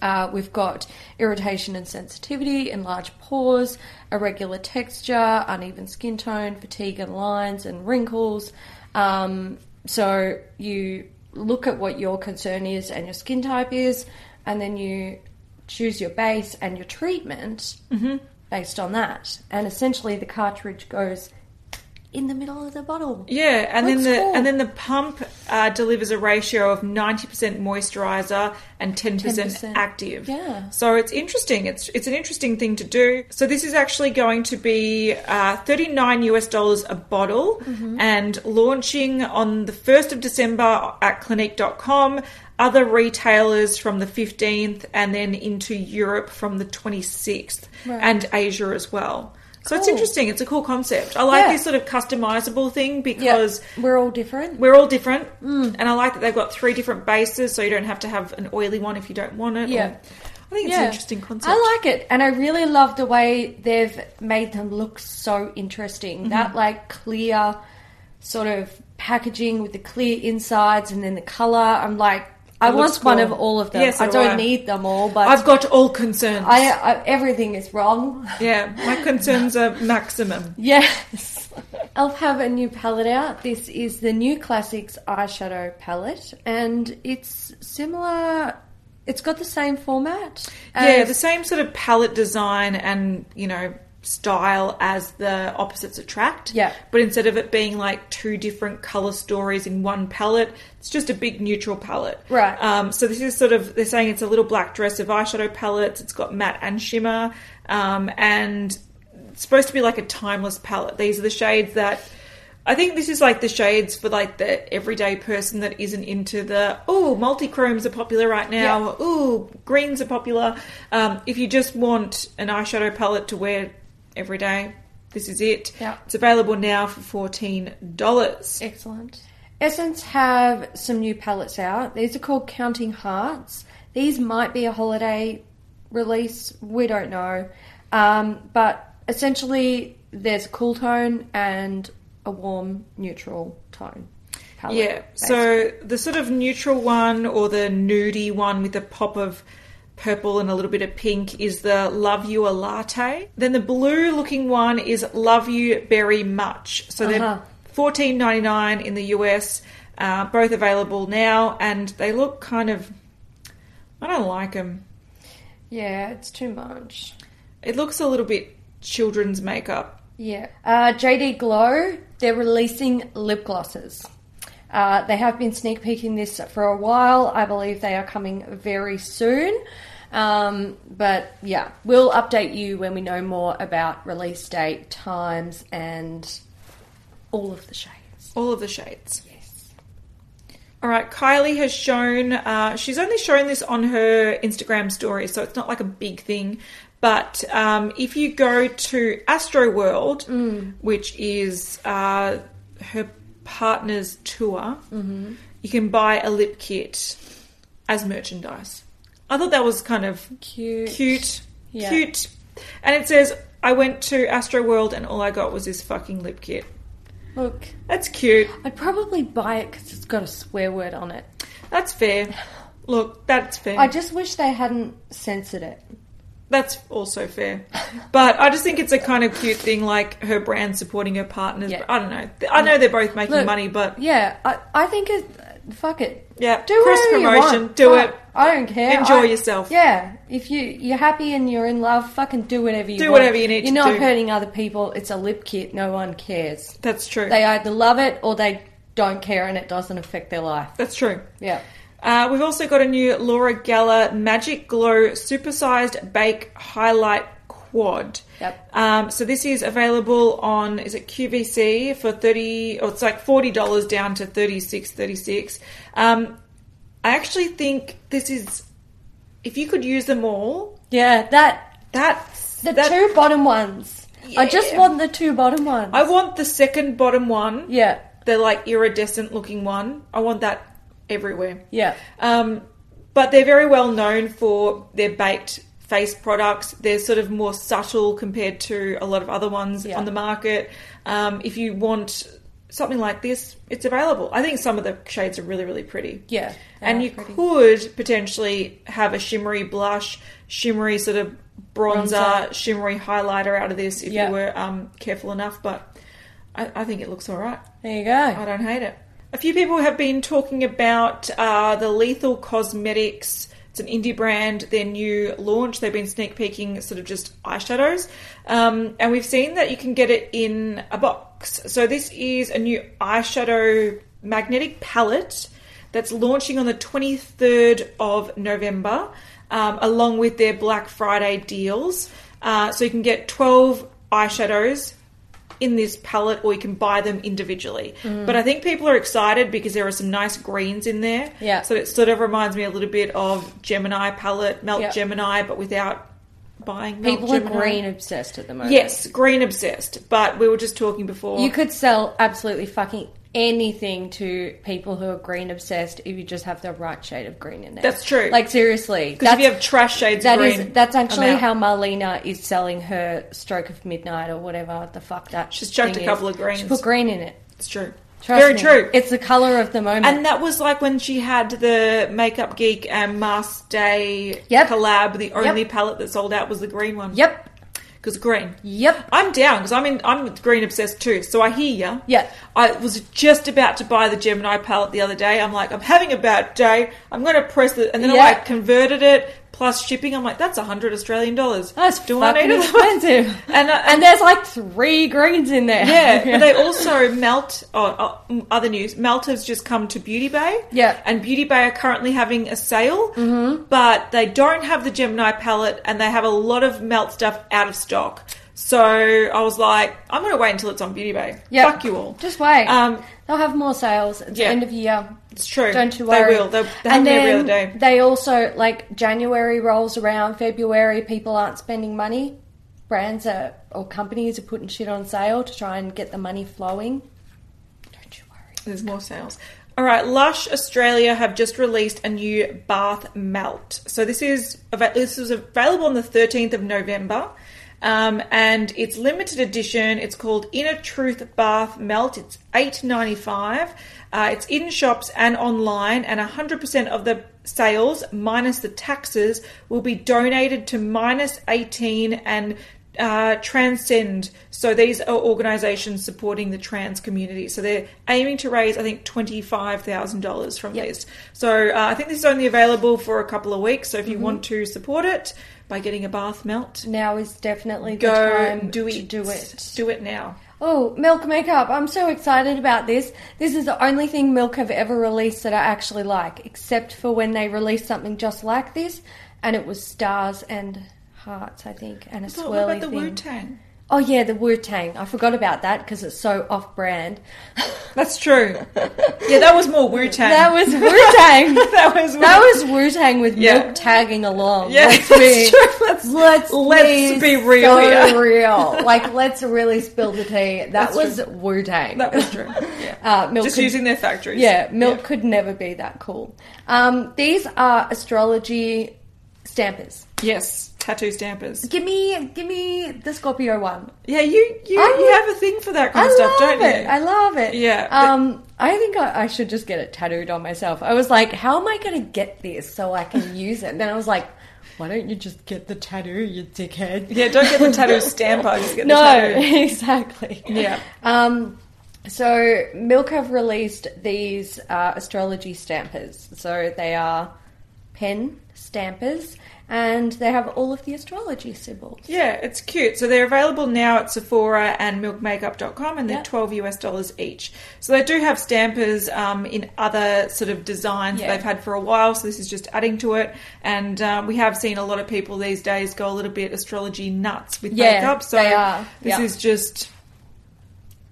uh, we've got irritation and sensitivity, enlarged pores, irregular texture, uneven skin tone, fatigue and lines and wrinkles. Um, so you look at what your concern is and your skin type is, and then you choose your base and your Mm-hmm. treatment based on that. And essentially, the cartridge goes in the middle of the bottle. Yeah, and Looks then the cool. and then the pump uh, delivers a ratio of ninety percent moisturizer and ten percent 10%, active. yeah. So it's interesting. It's it's an interesting thing to do. So this is actually going to be uh, thirty nine US dollars a bottle, Mm-hmm. and launching on the first of December at Clinique.com. Other retailers from the 15th and then into Europe from the 26th Right. and Asia as well. So it's Cool. interesting. It's a cool concept. I like Yeah. this sort of customizable thing because we're all different. we're all different, Mm. and I like that they've got three different bases, so you don't have to have an oily one if you don't want it. Yeah. or- I think it's an interesting concept. I like it, and I really love the way they've made them look so interesting. Mm-hmm. That like clear sort of packaging with the clear insides and then the color. I'm like, I It want looks one cool. of all of them. Yeah, so I do don't I. need them all, but I've got all concerns. I, I everything is wrong. yeah, my concerns are maximum. Yes. *laughs* Elf have a new palette out. This is the new classics eyeshadow palette, and it's similar. It's got the same format. yeah, as- the same sort of palette design and you know style as the opposites attract. Yeah. but instead of it being like two different color stories in one palette, it's just a big neutral palette. Right. Um, so this is sort of they're saying it's a little black dress of eyeshadow palettes. It's got matte and shimmer, um, and it's supposed to be like a timeless palette. These are the shades that. I think this is like the shades for like the everyday person that isn't into the oh multichromes are popular right now. Ooh, greens are popular. Um, if you just want an eyeshadow palette to wear every day, this is it. Yeah. It's available now for fourteen dollars. Excellent. Essence have some new palettes out. These are called Counting Hearts. These might be a holiday release. We don't know. Um, but essentially, there's a cool tone and a warm, neutral tone palette. Yeah. So the sort of neutral one or the nudie one with a pop of purple and a little bit of pink is the Love You a Latte. Then the blue looking one is Love You Very Much. So Uh-huh. they're fourteen ninety nine in the US. Uh, both available now, and they look kind of. I don't like them. Yeah, it's too much. It looks a little bit children's makeup. Yeah. Uh, JD Glow, they're releasing lip glosses. Uh, they have been sneak peeking this for a while. I believe they are coming very soon. Um, but yeah, we'll update you when we know more about release date, times, and all of the shades. All of the shades. Yes. All right, Kylie has shown, uh, she's only shown this on her Instagram story, so it's not like a big thing. But um, if you go to Astro World, Mm. which is uh, her partner's tour, Mm-hmm. you can buy a lip kit as merchandise. I thought that was kind of Cute. cute, Yeah. cute. And it says, I went to Astro World and all I got was this fucking lip kit. Look, That's cute. I'd probably buy it because it's got a swear word on it. That's fair. Look, that's fair. I just wish they hadn't censored it. That's also fair. But I just think it's a kind of cute thing, like her brand supporting her partners. Yeah. I don't know. I know they're both making Look. money, but Yeah, I, I think it. Fuck it. yeah, Do cross whatever you promotion. want. Do Fuck. it. I don't care. Enjoy I- yourself. Yeah. If you you're happy and you're in love, fucking do whatever you Do want. whatever you need You're to not do. hurting other people. It's a lip kit. No one cares. That's true. They either love it or they don't care, and it doesn't affect their life. That's true. Yeah. Uh, we've also got a new Laura Geller Magic Glow Supersized Bake Highlight Quad. Yep. Um, so this is available on is it QVC for thirty or it's like forty dollars down to thirty six thirty six. Um, I actually think this is if you could use them all. Yeah. That That's the that- two bottom ones. I just Yeah. want the two bottom ones. I want the second bottom one. yeah. The like iridescent looking one. I want that everywhere. Yeah. Um, but they're very well known for their baked face products. They're sort of more subtle compared to a lot of other ones Yeah. on the market. Um, if you want something like this, it's available. I think some of the shades are really, really pretty. Yeah. they and are you pretty. could potentially have a shimmery blush, shimmery sort of bronzer, Bronzer. shimmery highlighter out of this if Yeah. you were um, careful enough. But I, I think it looks all right. There you go. I don't hate it. A few people have been talking about uh, the Lethal Cosmetics It's an indie brand, their new launch. They've been sneak peeking sort of just eyeshadows. Um, and we've seen that you can get it in a box. So this is a new eyeshadow magnetic palette that's launching on the 23rd of November, um, along with their Black Friday deals. Uh, so you can get 12 eyeshadows in this palette or you can buy them individually. But I think people are excited because there are some nice greens in there. Yeah. So it sort of reminds me a little bit of Gemini palette, Melt Yeah. Gemini, but without buying Melt People are Gemini. green obsessed at the moment. Yes, green obsessed. But we were just talking before. You could sell absolutely fucking anything to people who are green obsessed if you just have the right shade of green in there. That's true. Like seriously, because if you have trash shades that green, is- that's I'm actually out. how Marlena is selling her stroke of midnight or whatever the fuck that. She's chucked thing a couple is. of greens. She put green in it. It's true. Trust Very me. true. It's the color of the moment. and that was like when she had the Makeup Geek and Mask Day Yep. collab. The only Yep. palette that sold out was the green one. yep, because green. yep. I'm down because I'm in, I'm green obsessed too. So I hear ya. Yeah. I was just about to buy the Gemini palette the other day. I'm like, I'm having a bad day. I'm going to press it, and then Yeah. I like converted it plus shipping. I'm like, that's a hundred Australian dollars. That's Do I fucking need it? expensive. *laughs* And, uh, and there's like three greens in there. *laughs* Yeah, but they also melt. Oh, oh, other news: Melt has just come to Beauty Bay. Yeah. Mm-hmm. and Beauty Bay are currently having a sale, but they don't have the Gemini palette, and they have a lot of Melt stuff out of stock. So I was like, I'm going to wait until it's on Beauty Bay. Yep. Fuck you all. Just wait. Um, They'll have more sales. It's Yeah. the end of year. It's true. Don't you worry. They will. They, they have and me every then other day. they also like January rolls around, February people aren't spending money. Brands are or companies are putting shit on sale to try and get the money flowing. Don't you worry. There's more sales. All right, Lush Australia have just released a new bath melt. So this is ava- this was available on the 13th of November, um, and it's limited edition. It's called Inner Truth Bath Melt. It's 8.95. Uh, it's in shops and online, and 100% of the sales minus the taxes will be donated to minus 18 and uh, Transcend. So these are organisations supporting the trans community. So they're aiming to raise, I think, twenty five thousand dollars from Yep. these. So uh, I think this is only available for a couple of weeks. So if you want to support it by getting a bath melt, Now is definitely the go time do to it. do it. Do it now. Oh, Milk Makeup. I'm so excited about this. This is the only thing Milk have ever released that I actually like, except for when they released something just like this, and it was stars and hearts, I think, and a swirly So what about the thing. Wu Tang? Oh yeah, the Wu Tang. I forgot about that because it's so off brand. That's true. *laughs* yeah, *laughs* that was more Wu Tang. That was *laughs* Wu *laughs* Tang. that was that was Wu Tang with Yeah. milk tagging along. Yeah, let's *laughs* that's be, true. Let's- let's, let's, let's be real so here. *laughs* real. Like let's really spill the tea. That That's was Wu Tang. that was *laughs* true. Yeah. Uh, milk Just could- using their factories. Yeah, milk could never be that cool. Um, these are astrology stampers. Yes, tattoo stampers. Give me, give me the Scorpio one. Yeah, you you, I you love- have a thing for that kind I of stuff, love don't you? it. I love it. Yeah, but- Um, I think I, I should just get it tattooed on myself. I was like, how am I going to get this so I *laughs* can use it? And then I was like, why don't you just get the tattoo, you dickhead? Yeah, don't get the *laughs* tattoo stamper. Just get the *laughs* no, *laughs* tattoo. exactly. Yeah. Um, so Milk have released these uh, astrology stampers. So they are pen stampers, and they have all of the astrology symbols. Yeah, it's cute. So they're available now at Sephora and milkmakeup.com and they're Yeah. 12 US dollars each. So they do have stampers um, in other sort of designs Yeah. that they've had for a while. So this is just adding to it. And um, we have seen a lot of people these days go a little bit astrology nuts with Yeah, makeup. So they are. this Yeah. is just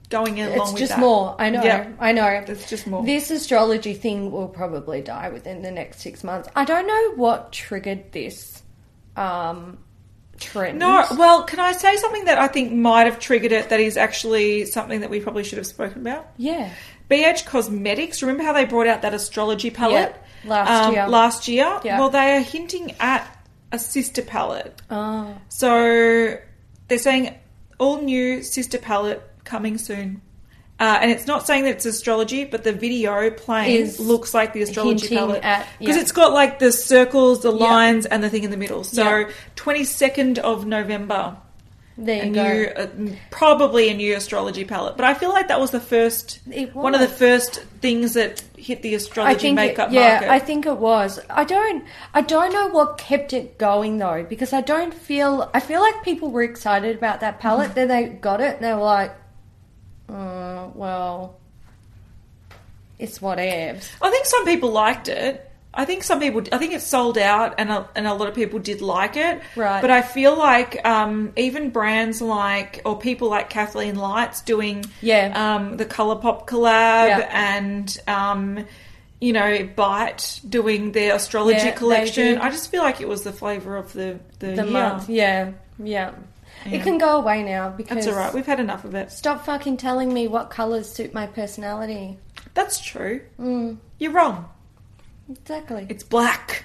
going along It's with just that. more. I know. Yeah. I know. It's just more. This astrology thing will probably die within the next six months. I don't know what triggered this um, trend. No, well, can I say something that I think might have triggered it that is actually something that we probably should have spoken about? Yeah. BH Cosmetics, remember how they brought out that astrology palette Um, Yeah, last year. Last year, Yeah. well, they are hinting at a sister palette. Oh. So they're saying all new sister palette coming soon. Uh, and it's not saying that it's astrology, but the video playing Is looks like the astrology hinting palette at- because yeah. it's got like the circles, the Yeah. lines, and the thing in the middle. So Yeah. twenty second of November There you a go. new, uh, m- probably a new astrology palette. But I feel like that was the first, It one of the was. first things that hit the astrology makeup it, yeah, market. I think it was. I don't I don't know what kept it going though, because I don't feel I feel like people were excited about that Mm-hmm. palette, then they got it and they were like, uh, well, it's what ifs. I think some people liked it. I think some people. I think it sold out, and a, and a lot of people did like it. Right. But I feel like um, even brands like or people like Kathleen Lights doing Yeah. um, the ColourPop collab Yeah. and um, you know Bite doing their astrology Yeah, they collection. did. I just feel like it was the flavour of the the, The year. month. Yeah, yeah. Yeah. It can go away now because That's all right. We've had enough of it. stop fucking telling me what colours suit my personality. That's true. Mm, You're wrong. exactly. *laughs* It's black.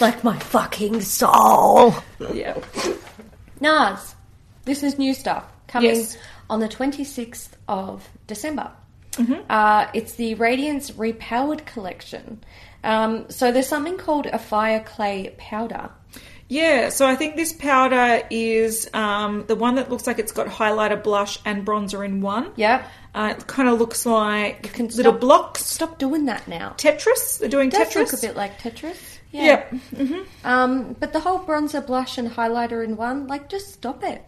like my fucking soul. yeah. Nas, this is new stuff coming Yes. on the 26th of December. Uh, it's the Radiance Repowered Collection. Um, so there's something called a fire clay powder. Yeah, so I think this powder is um, the one that looks like it's got highlighter, blush, and bronzer in one. Yep. Uh, it kind of looks like You can little stop- blocks. Stop doing that now. Tetris. They're doing It does look Tetris. a bit like Tetris. Yeah. Yep. Um, but the whole bronzer, blush, and highlighter in one, like, just stop it.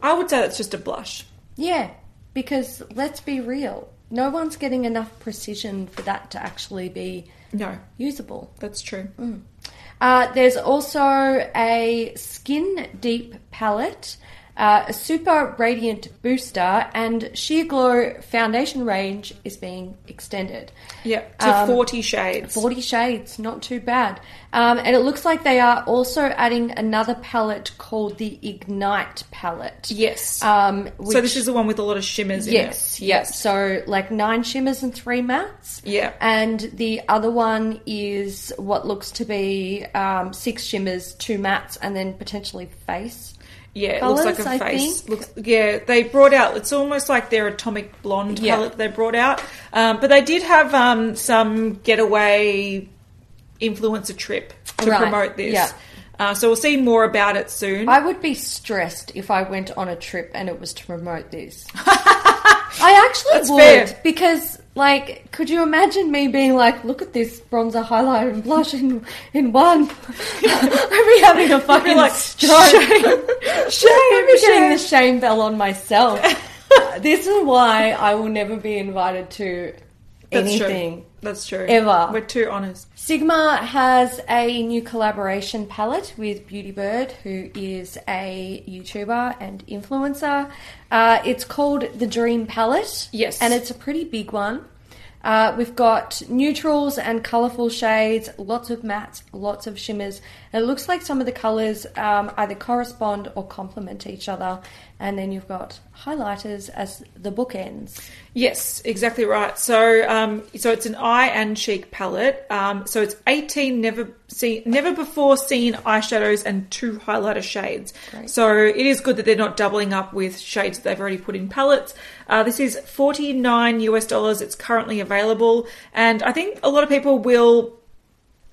I would say that's just a blush. Yeah, because let's be real, no one's getting enough precision for that to actually be No, usable. that's true. Mm. Uh, there's also a skin deep palette, uh, a super radiant booster, and sheer glow foundation range is being extended. Yep, to Um, 40 shades. 40 shades, not too bad. Um, and it looks like they are also adding another palette called the Ignite palette. Yes. Um, which, so this is the one with a lot of shimmers in it. yes, yes. So like nine shimmers and three mattes. Yeah. And the other one is what looks to be um, six shimmers, two mattes, and then potentially face. Yeah, it looks Colours, I like a face. think. Looks, yeah, they brought out. It's almost like their atomic blonde Yeah. palette they brought out. Um, but they did have um, some getaway influencer trip to Right, promote this. yeah. Uh, so we'll see more about it soon. I would be stressed if I went on a trip and it was to promote this. *laughs* I actually That's would fair. because, like, could you imagine me being like, "Look at this bronzer, highlighter, and blush in in one"? *laughs* I'd be having a fucking like, stroke. shame, *laughs* I'd be getting shame. the shame bell on *laughs* myself. this is why I will never be invited to That's anything. true. That's true. Ever. We're too honest. Sigma has a new collaboration palette with Beauty Bird, who is a YouTuber and influencer. Uh, it's called the Dream Palette. Yes. And it's a pretty big one. Uh, we've got neutrals and colourful shades, lots of mattes, lots of shimmers. And it looks like some of the colours um, either correspond or complement each other. And then you've got highlighters as the bookends. Yes, exactly right. So, um, so it's an eye and cheek palette. Um, so it's eighteen never seen, never before seen eyeshadows and two highlighter shades. Great. So it is good that they're not doubling up with shades that they've already put in palettes. Uh, this is forty nine US dollars. It's currently available, and I think a lot of people will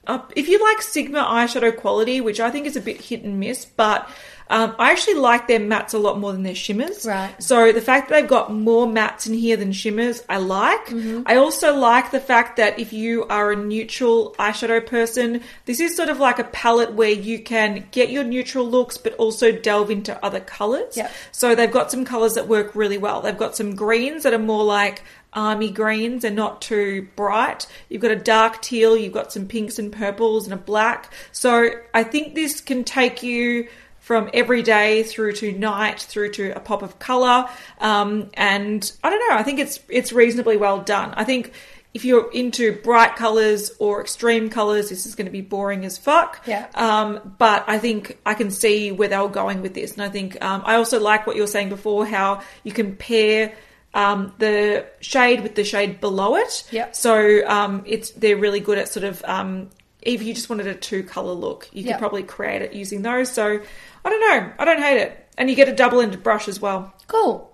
up. If you like Sigma eyeshadow quality, which I think is a bit hit and miss, but um, I actually like their mattes a lot more than their shimmers. Right. So the fact that they've got more mattes in here than shimmers, I like. I also like the fact that if you are a neutral eyeshadow person, this is sort of like a palette where you can get your neutral looks, but also delve into other colors. Yep. So they've got some colors that work really well. They've got some greens that are more like army greens and not too bright. You've got a dark teal, you've got some pinks and purples and a black. So I think this can take you from every day through to night through to a pop of color. Um, and I don't know, I think it's it's reasonably well done. I think if you're into bright colors or extreme colors, this is going to be boring as fuck. Yeah. Um, but I think I can see where they were going with this, and I think um, I also like what you were saying before, how you can pair um, the shade with the shade below it. Yep. So um, it's they're really good at sort of um, if you just wanted a two color look, you Yep. could probably create it using those. So I don't know, I don't hate it, and you get a double ended brush as well. Cool.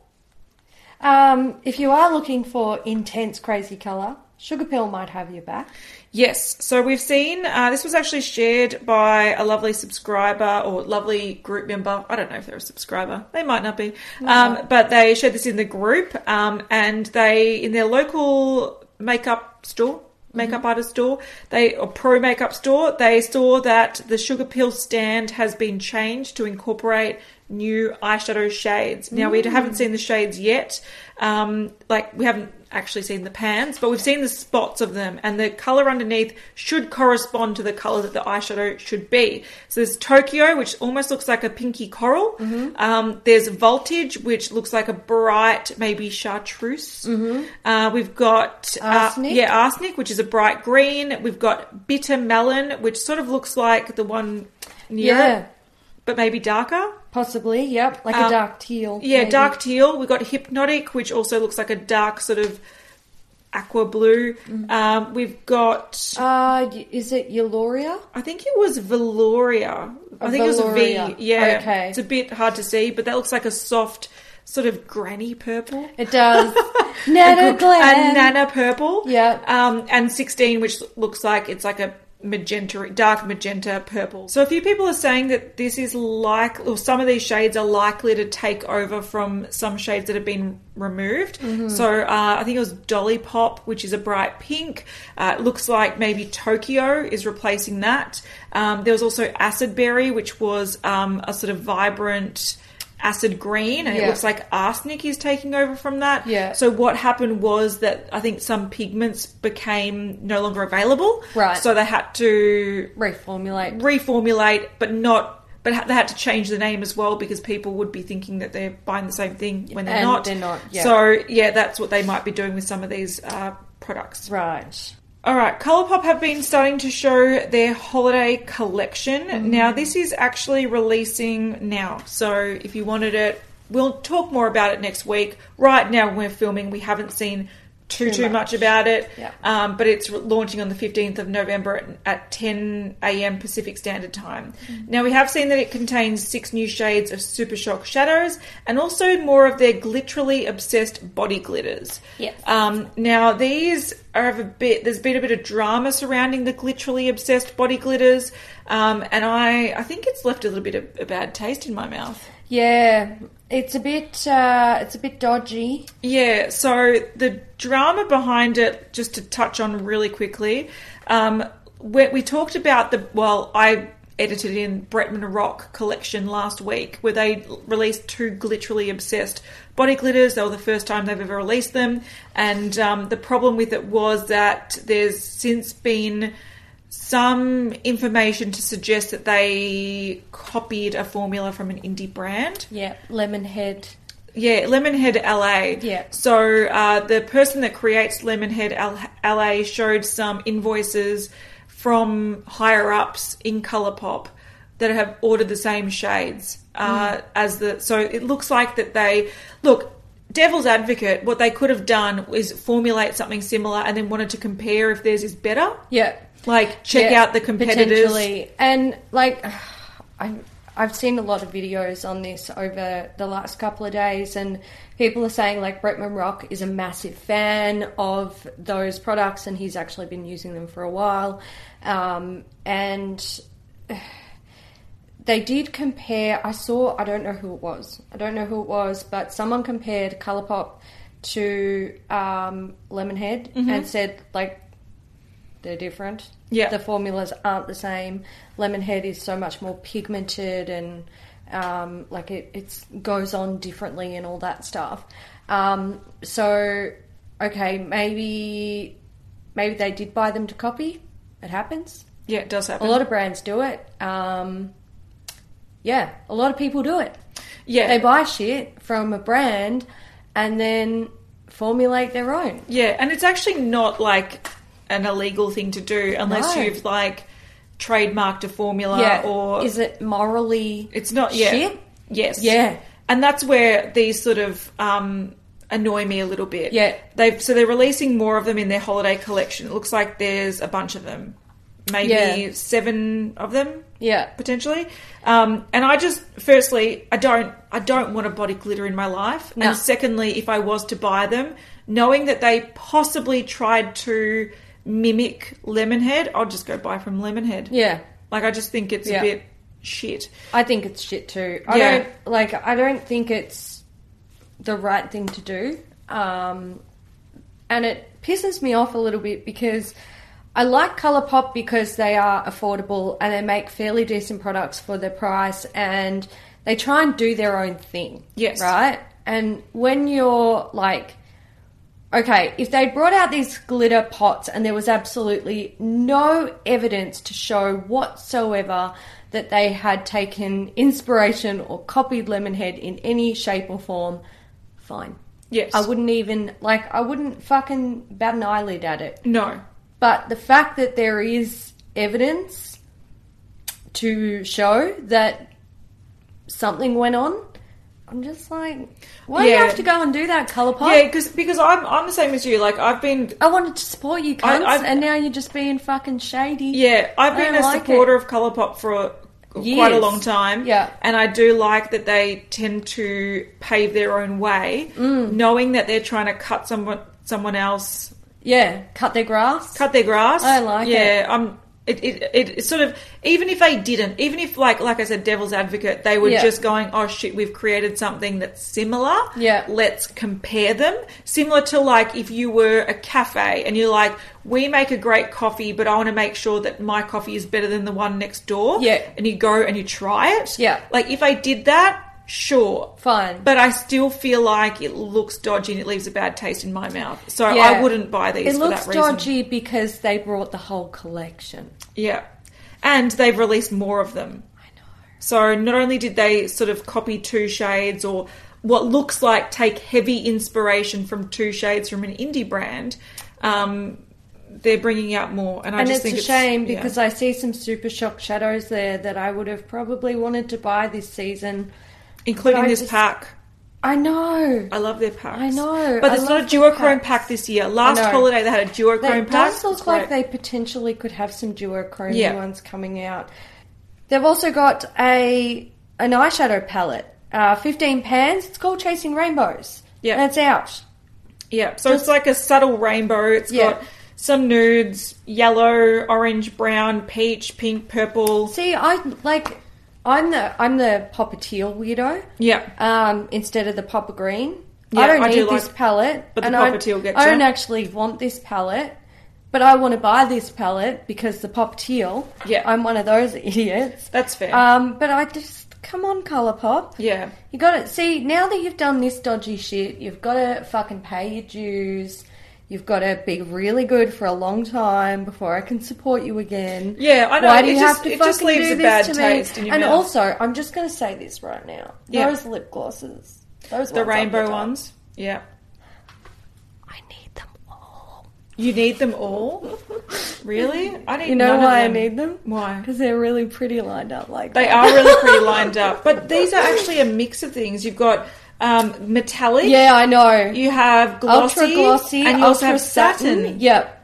Um, if you are looking for intense, crazy colour, Sugar Pill might have your back. Yes, so we've seen uh, this was actually shared by a lovely subscriber or lovely group member. I don't know if they're a subscriber; they might not be, um, but they shared this in the group, um, and they in their local makeup store, makeup artist store, they or pro makeup store, they saw that the sugar pill stand has been changed to incorporate new eyeshadow shades. Now Mm. we haven't seen the shades yet, um, like we haven't actually seen the pans, but we've seen the spots of them, and the color underneath should correspond to the color that the eyeshadow should be. So there's Tokyo, which almost looks like a pinky coral. Mm-hmm. Um, there's Voltage, which looks like a bright, maybe chartreuse. Uh, we've got uh, Mm-hmm. Arsenic. yeah, arsenic, which is a bright green. We've got bitter melon, which sort of looks like the one near Yeah. it, but maybe darker. Possibly, yep. Like a dark teal. Um, Yeah, maybe. dark teal. We've got hypnotic, which also looks like a dark sort of aqua blue. Um, we've got, Uh, y- is it Euloria? I think it was Veloria. I A think it was Velouria. a V. Yeah, Okay. it's a bit hard to see, but that looks like a soft sort of granny purple. It *laughs* does. *laughs* Nana A Glen. nana purple. Yeah. Um, and 16, which looks like it's like a magenta, dark magenta purple. So a few people are saying that this is like, or some of these shades are likely to take over from some shades that have been removed. Mm-hmm. So uh, I think it was Dolly Pop, which is a bright pink. Uh, it looks like maybe Tokyo is replacing that. Um, there was also Acid Berry, which was um, a sort of vibrant acid green and it Yeah. looks like arsenic is taking over from that Yeah. so what happened was that I think some pigments became no longer available. Right. So they had to Reformulate. reformulate, but not. But ha- they had to change the name as well because people would be thinking that they're buying the same thing when they're And not. they're not, yeah. So yeah, that's what they might be doing with some of these uh, products. Right. All right, Colourpop have been starting to show their holiday collection. Now, this is actually releasing now. So, if you wanted it, we'll talk more about it next week. Right now, when we're filming, we haven't seen too too, Too much. much. about it. Yeah. Um, but it's re- launching on the 15th of November at, at 10 a.m. Pacific Standard Time. Now, we have seen that it contains six new shades of Super Shock shadows and also more of their glitterily obsessed body glitters. Yes. Um, now these are of a bit. There's been a bit of drama surrounding the glitterally obsessed body glitters, um, and I I think it's left a little bit of a bad taste in my mouth. Yeah. It's a bit, uh, it's a bit dodgy. Yeah, so the drama behind it, just to touch on really quickly, um, we, we talked about the, well, I edited in Bretman Rock collection last week where they released two glitterally obsessed body glitters. They were the first time they've ever released them. And um, the problem with it was that there's since been some information to suggest that they copied a formula from an indie brand. Yeah. Lemon head. Yeah, Lemonhead LA. Yeah. So uh, the person that creates Lemonhead L- LA showed some invoices from higher ups in ColourPop that have ordered the same shades uh, Mm-hmm. as the. So it looks like that they look. Devil's advocate. What they could have done is formulate something similar, and then wanted to compare if theirs is better. Yeah. Like check Yeah, out the competitors. potentially. And like, *sighs* I I've seen a lot of videos on this over the last couple of days, and people are saying like Bretman Rock is a massive fan of those products, and he's actually been using them for a while, um, and. They did compare. I saw. I don't know who it was. I don't know who it was, but someone compared ColourPop to um, Lemonhead and said like they're different. Yeah. The formulas aren't the same. Lemonhead is so much more pigmented and um, like it it's, goes on differently and all that stuff. Um, so, okay, maybe maybe they did buy them to copy. It happens. Yeah, it does happen. A lot of brands do it. Um, yeah, a lot of people do it. yeah, They buy shit from a brand and then formulate their own. Yeah, and it's actually not like an illegal thing to do unless No. you've like trademarked a formula yeah. or is it morally? it's not yeah. shit? Yes. Yeah. And that's where these sort of um, annoy me a little bit. Yeah. They've so they're releasing more of them in their holiday collection. It looks like there's a bunch of them. maybe Yeah. seven of them Yeah. potentially. Um, and I just, firstly, I don't, I don't want a body glitter in my life. No. And secondly, if I was to buy them, knowing that they possibly tried to mimic Lemonhead, I'll just go buy from Lemonhead. Yeah. Like I just think it's Yeah. a bit shit. I think it's shit too. I Yeah. don't like. I don't think it's the right thing to do, um, and it pisses me off a little bit because I like ColourPop because they are affordable and they make fairly decent products for their price, and they try and do their own thing. Yes. right. And when you're like Okay, if they brought out these glitter pots and there was absolutely no evidence to show whatsoever that they had taken inspiration or copied Lemonhead in any shape or form, fine. Yes. I wouldn't even, like, I wouldn't fucking bat an eyelid at it. No. But the fact that there is evidence to show that something went on, I'm just like, why do Yeah. you have to go and do that, ColourPop? Yeah, because because I'm I'm the same as you. Like I've been I wanted to support you, I- cunts, I've- and now you're just being fucking shady. yeah I've been I a like supporter of ColourPop for a, quite a Years. long time. Yeah. and I do like that they tend to pave their own way, Mm. knowing that they're trying to cut someone someone else Yeah, cut their grass. cut their grass. I like yeah, it. Yeah, I'm. It, it, it it's sort of even if they didn't, even if like like I said, devil's advocate, they were Yeah. just going, oh shit, we've created something that's similar. Yeah. let's compare them. Similar to like if you were a cafe and you're like, we make a great coffee, but I want to make sure that my coffee is better than the one next door. Yeah. and you go and you try it. Yeah. like if I did that. Sure. Fine. But I still feel like it looks dodgy and it leaves a bad taste in my mouth. So Yeah. I wouldn't buy these It for looks that reason. dodgy because they brought the whole collection. Yeah. And they've released more of them. I know. So not only did they sort of copy Two Shades or what looks like take heavy inspiration from Two Shades from an indie brand, um, they're bringing out more. And I And just it's think a shame yeah. because I see some super shock shadows there that I would have probably wanted to buy this season. including I this just- pack. I know. I love their packs. I know. But I it's not a love their duochrome packs. pack this year. Last know. holiday they had a duochrome That pack. does look It's like great. they potentially could have some duochrome Yeah. new ones coming out. They've also got a an eyeshadow palette, uh, fifteen pans. It's called Chasing Rainbows. Yeah. and it's out. Yeah, so it's like a subtle rainbow. It's Yeah. got some nudes, yellow, orange, brown, peach, pink, purple. See, I like I'm the I'm the popper teal weirdo. Yeah. Um, instead of the popper green. Yeah, I don't I need do this like- palette. but the and I- popper teal gets I don't ya. actually want this palette. But I want to buy this palette because the pop teal. Yeah. I'm one of those *laughs* idiots. That's fair. Um, but I just come on, ColourPop. yeah. You got to see now that you've done this dodgy shit, you've got to fucking pay your dues. You've got to be really good for a long time before I can support you again. Yeah, I know, Why do it you just- have to it just fucking leaves do a this bad to me? taste in your and mouth. also, I'm just going to say this right now: Yeah. those lip glosses, those The ones I've rainbow got, ones. Yeah. I need them all. You need them all? Really? I need You know none of why I them. need them? Why? Because they're really pretty lined up like They that. are really pretty lined up. But these are actually a mix of things. You've got um, metallic. Yeah, I know. You have glossy. ultra glossy, And you ultra also have satin. Yep.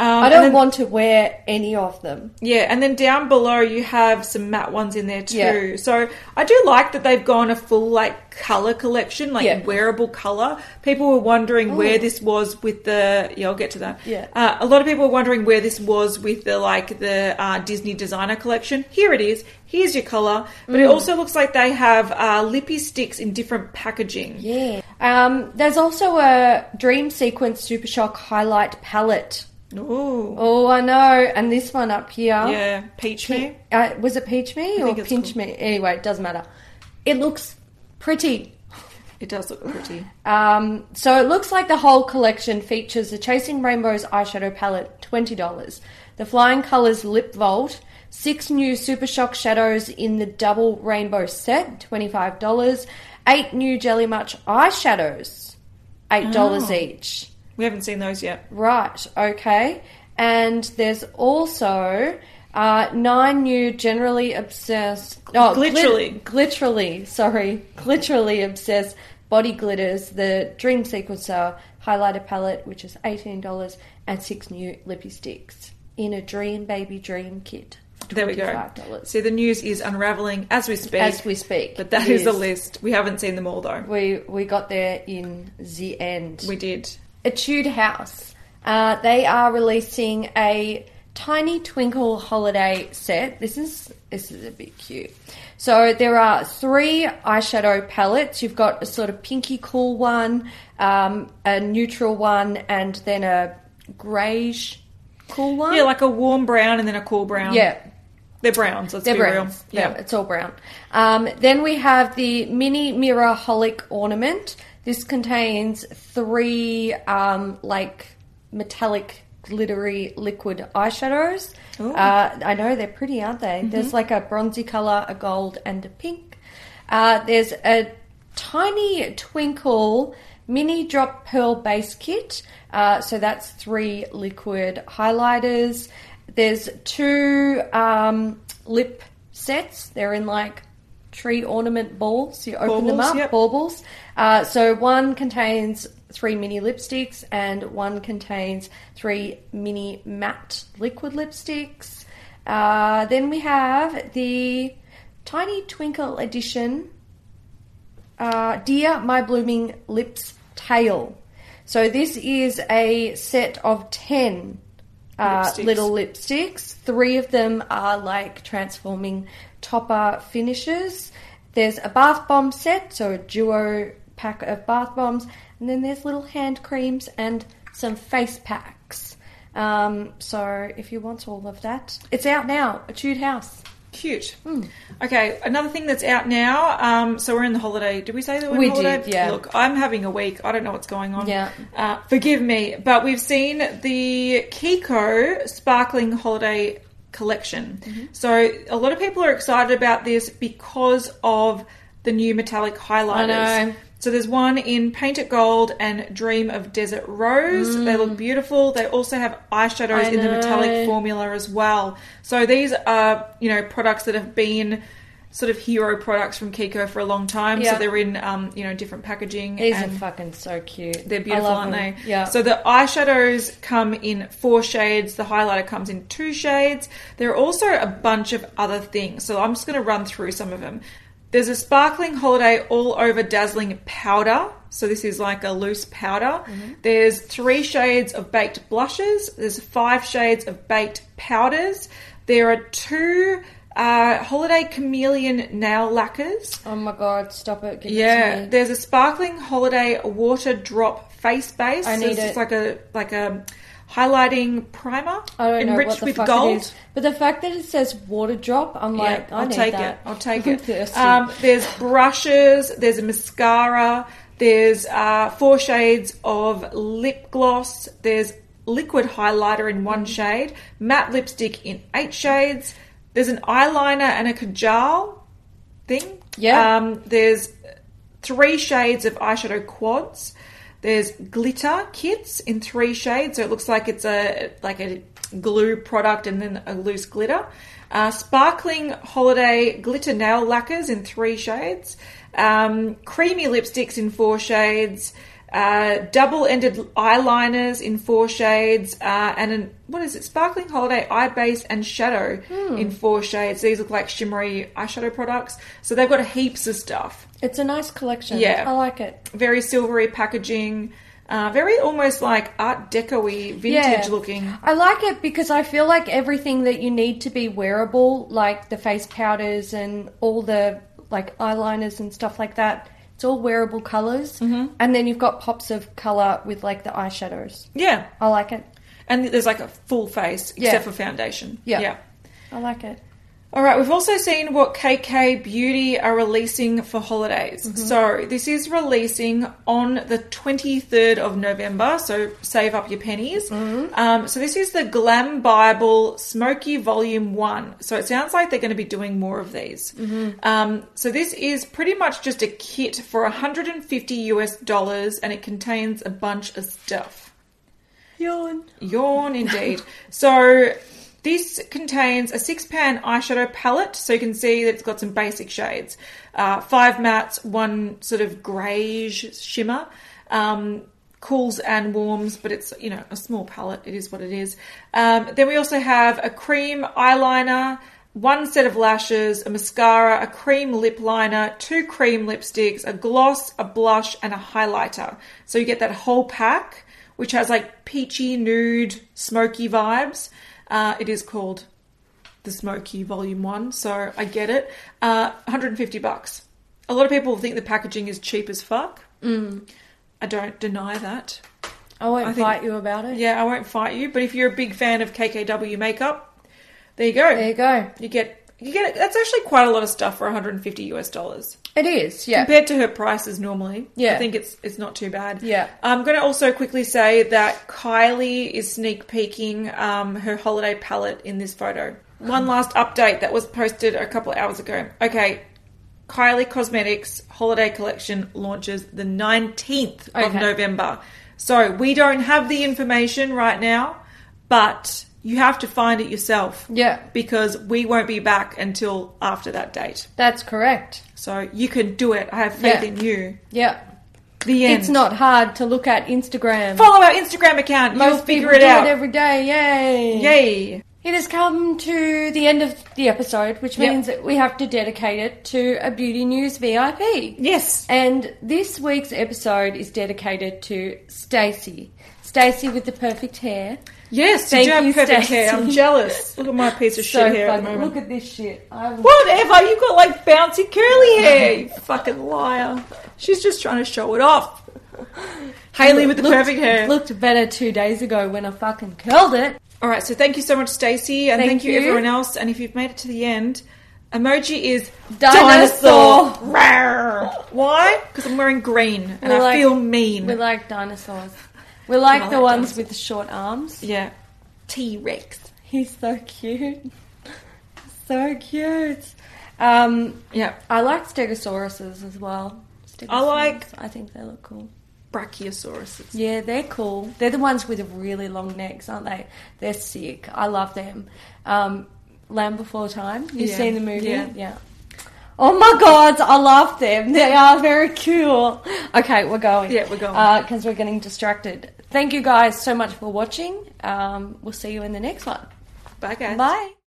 Um, I and don't then- want to wear any of them. Yeah, and then down below you have some matte ones in there too. Yeah. So I do like that they've gone a full like color collection, like Yeah. wearable color. People were wondering where this was with the. Yeah, I'll get to that. Yeah. uh, a lot of people were wondering where this was with the like the uh, Disney designer collection. Here it is. Here's your color, but Mm. it also looks like they have uh, lippy sticks in different packaging. Yeah. Um, there's also a Dream Sequence Super Shock Highlight Palette. Ooh, Oh, I know. And this one up here. yeah, peach me. Uh, was it Peach Me or think it's Pinch Me? Anyway, it doesn't matter. It looks pretty. It does look pretty. Um, so it looks like the whole collection features the Chasing Rainbows eyeshadow palette, $20, the Flying Colors Lip Vault, six new Super Shock shadows in the double rainbow set, $25, eight new Jelly Much eyeshadows, $8 each. We haven't seen those yet. Right, okay. And there's also uh, nine new generally obsessed. Oh, glit- Glitterly. glitterly, sorry. Glitterly obsessed body glitters, the Dream Sequencer highlighter palette, which is $18, and six new lippy sticks. in a Dream Baby Dream kit. There we go. $25. So the news is unraveling as we speak. As we speak. But that is Yes. a list. We haven't seen them all though. We we got there in the end. We did. Etude House. Uh, they are releasing a Tiny Twinkle holiday set. This is this is a bit cute. So there are three eyeshadow palettes. You've got a sort of pinky cool one, um, a neutral one, and then a greyish cool one. Yeah, like um, a warm brown and then a cool brown. yeah. They're browns, let's They're be brown. real. Yeah. it's all brown. Um, then we have the mini mirror holic ornament. This contains three um, like metallic glittery liquid eyeshadows. Ooh. Mm-hmm. Uh, I know they're pretty, aren't they? There's like a bronzy color, a gold, and a pink. Uh, there's a tiny twinkle mini drop pearl base kit. Uh, so that's three liquid highlighters. There's two um, lip sets. They're in like tree ornament balls. You open them Baubles, up, yep. baubles. Uh, so one contains three mini lipsticks, and one contains three mini matte liquid lipsticks. Uh, then we have the Tiny Twinkle Edition uh, Dear My Blooming Lips Tale. So this is a set of 10 uh, Lipsticks. little lipsticks. Three of them are like transforming topper finishes. There's a bath bomb set, so a duo pack of bath bombs, and then there's little hand creams and some face packs. Um, so if you want all of that, it's out now. Etude House. Cute. Okay, another thing that's out now. Um, so we're in the holiday. Did we say that we're We in holiday? did, yeah. Look, I'm having a week. I don't know what's going on. Yeah. Uh, forgive me, but we've seen the Kiko Sparkling Holiday Collection. Mm-hmm. So a lot of people are excited about this because of the new metallic highlighters. I know. So there's one in Paint It Gold and Dream of Desert Rose. They look beautiful. They also have eyeshadow Mm. I in the metallic know. formula as well. So these are, you know, products that have been sort of hero products from Kiko for a long time. Yeah. So they're in, um, you know, different packaging. These and are fucking so cute. they're beautiful, I love aren't them. they? Yeah. So the eyeshadows come in four shades. The highlighter comes in two shades. There are also a bunch of other things. So I'm just going to run through some of them. There's a sparkling holiday all over dazzling powder. So this is like a loose powder. Mm-hmm. There's three shades of baked blushes. There's five shades of baked powders. There are two uh, holiday chameleon nail lackers. oh my god, stop it. Give it to Yeah, me. there's a sparkling holiday water drop face base. I So need it's it. just like a like a highlighting primer I don't know enriched what the with fuck gold. it is. But the fact that it says water drop, I'm like, yeah, I I'll need take that. it. *laughs* I'll take I'm it. thirsty. Um, there's brushes. There's a mascara. There's uh, four shades of lip gloss. There's liquid highlighter in Mm. one shade. Matte lipstick in eight shades. There's an eyeliner and a kajal thing. Yeah. Um, there's three shades of eyeshadow quads. There's glitter kits in three shades, so it looks like it's a like a glue product and then a loose glitter. Uh, sparkling holiday glitter nail lacquers in three shades. Um, creamy lipsticks in four shades. Uh, double-ended eyeliners in four shades, uh, and an, what is it? Sparkling holiday eye base and shadow Hmm. in four shades. These look like shimmery eyeshadow products. So they've got heaps of stuff it's a nice collection. Yeah. I like it. very silvery packaging, uh, very almost like Art Decoy vintage yeah. looking. I like it because I feel like everything that you need to be wearable, like the face powders and all the like eyeliners and stuff like that, it's all wearable colors. Mm-hmm. And then you've got pops of color with like the eyeshadows. Yeah, I like it. and there's like a full face Yeah. except for foundation. Yeah. yeah. I like it. All right, we've also seen what KK Beauty are releasing for holidays. So, this is releasing on the 23rd of November, so save up your pennies. Um, so, this is the Glam Bible Smoky Volume 1. So, it sounds like they're going to be doing more of these. Um, so, this is pretty much just a kit for 150 US dollars and it contains a bunch of stuff. Yawn. Yawn indeed. so this contains a six pan eyeshadow palette, so you can see that it's got some basic shades, uh, five mattes, one sort of greyish shimmer, um, cools and warms, but it's you know a small palette. It is what it is. Um, then we also have a cream eyeliner, one set of lashes, a mascara, a cream lip liner, two cream lipsticks, a gloss, a blush, and a highlighter. So you get that whole pack, which has like peachy, nude, smoky vibes. Uh, it is called the Smoky Volume One, so I get it. Uh, 150 bucks. A lot of people think the packaging is cheap as fuck. Mm. I don't deny that. I won't I think- fight you about it. Yeah, I won't fight you, but if you're a big fan of KKW makeup, there you go. There you go. You get you get that's actually quite a lot of stuff for 150 US dollars It is. Yeah. compared to her prices normally. Yeah. I think it's it's not too bad. Yeah. I'm going to also quickly say that Kylie is sneak peeking um, her holiday palette in this photo. One last update that was posted a couple of hours ago. Okay. Kylie Cosmetics holiday collection launches the 19th of Okay. November. So we don't have the information right now, but you have to find it yourself. Yeah. Because we won't be back until after that date. That's correct. So you can do it. I have faith Yeah. in you. Yeah. The end. It's not hard to look at Instagram. Follow our Instagram account. You'll Most figure people it do out. it every day. Yay. Yay! It has come to the end of the episode, which Yep. means that we have to dedicate it to a Beauty News VIP. Yes. And this week's episode is dedicated to Stacey. Stacey with the perfect hair. Yes. Thank you do have you, perfect Stacey. hair. I'm jealous. Look at my piece of shit hair at the fucking- moment. Look at this shit. I will- Whatever. You've got like bouncy curly hair. *laughs* You fucking liar. She's just trying to show it off. Haley with the looked- perfect hair. Looked better two days ago when I fucking curled it. All right. So thank you so much, Stacey, and thank, Thank you, you. everyone else. And if you've made it to the end, emoji is Dinosaur. dinosaur. Rawr. Why? Because I'm wearing green and We I like- feel mean. We like dinosaurs. We like I the like ones with the short arms. Yeah. T Rex. He's so cute. *laughs* so cute. Um, Yeah. I like stegosauruses as well. I like- Stegosaurus. I think they look cool. Brachiosauruses. Yeah, they're cool. They're the ones with the really long necks, aren't they? They're sick. I love them. Um, Land Before Time. You've Yeah. seen the movie? Yeah. Oh my god, I love them. They are very cool. Okay, we're going. Yeah, we're going. Because we're getting distracted. Thank you guys so much for watching. Um, we'll see you in the next one. Bye guys. Bye.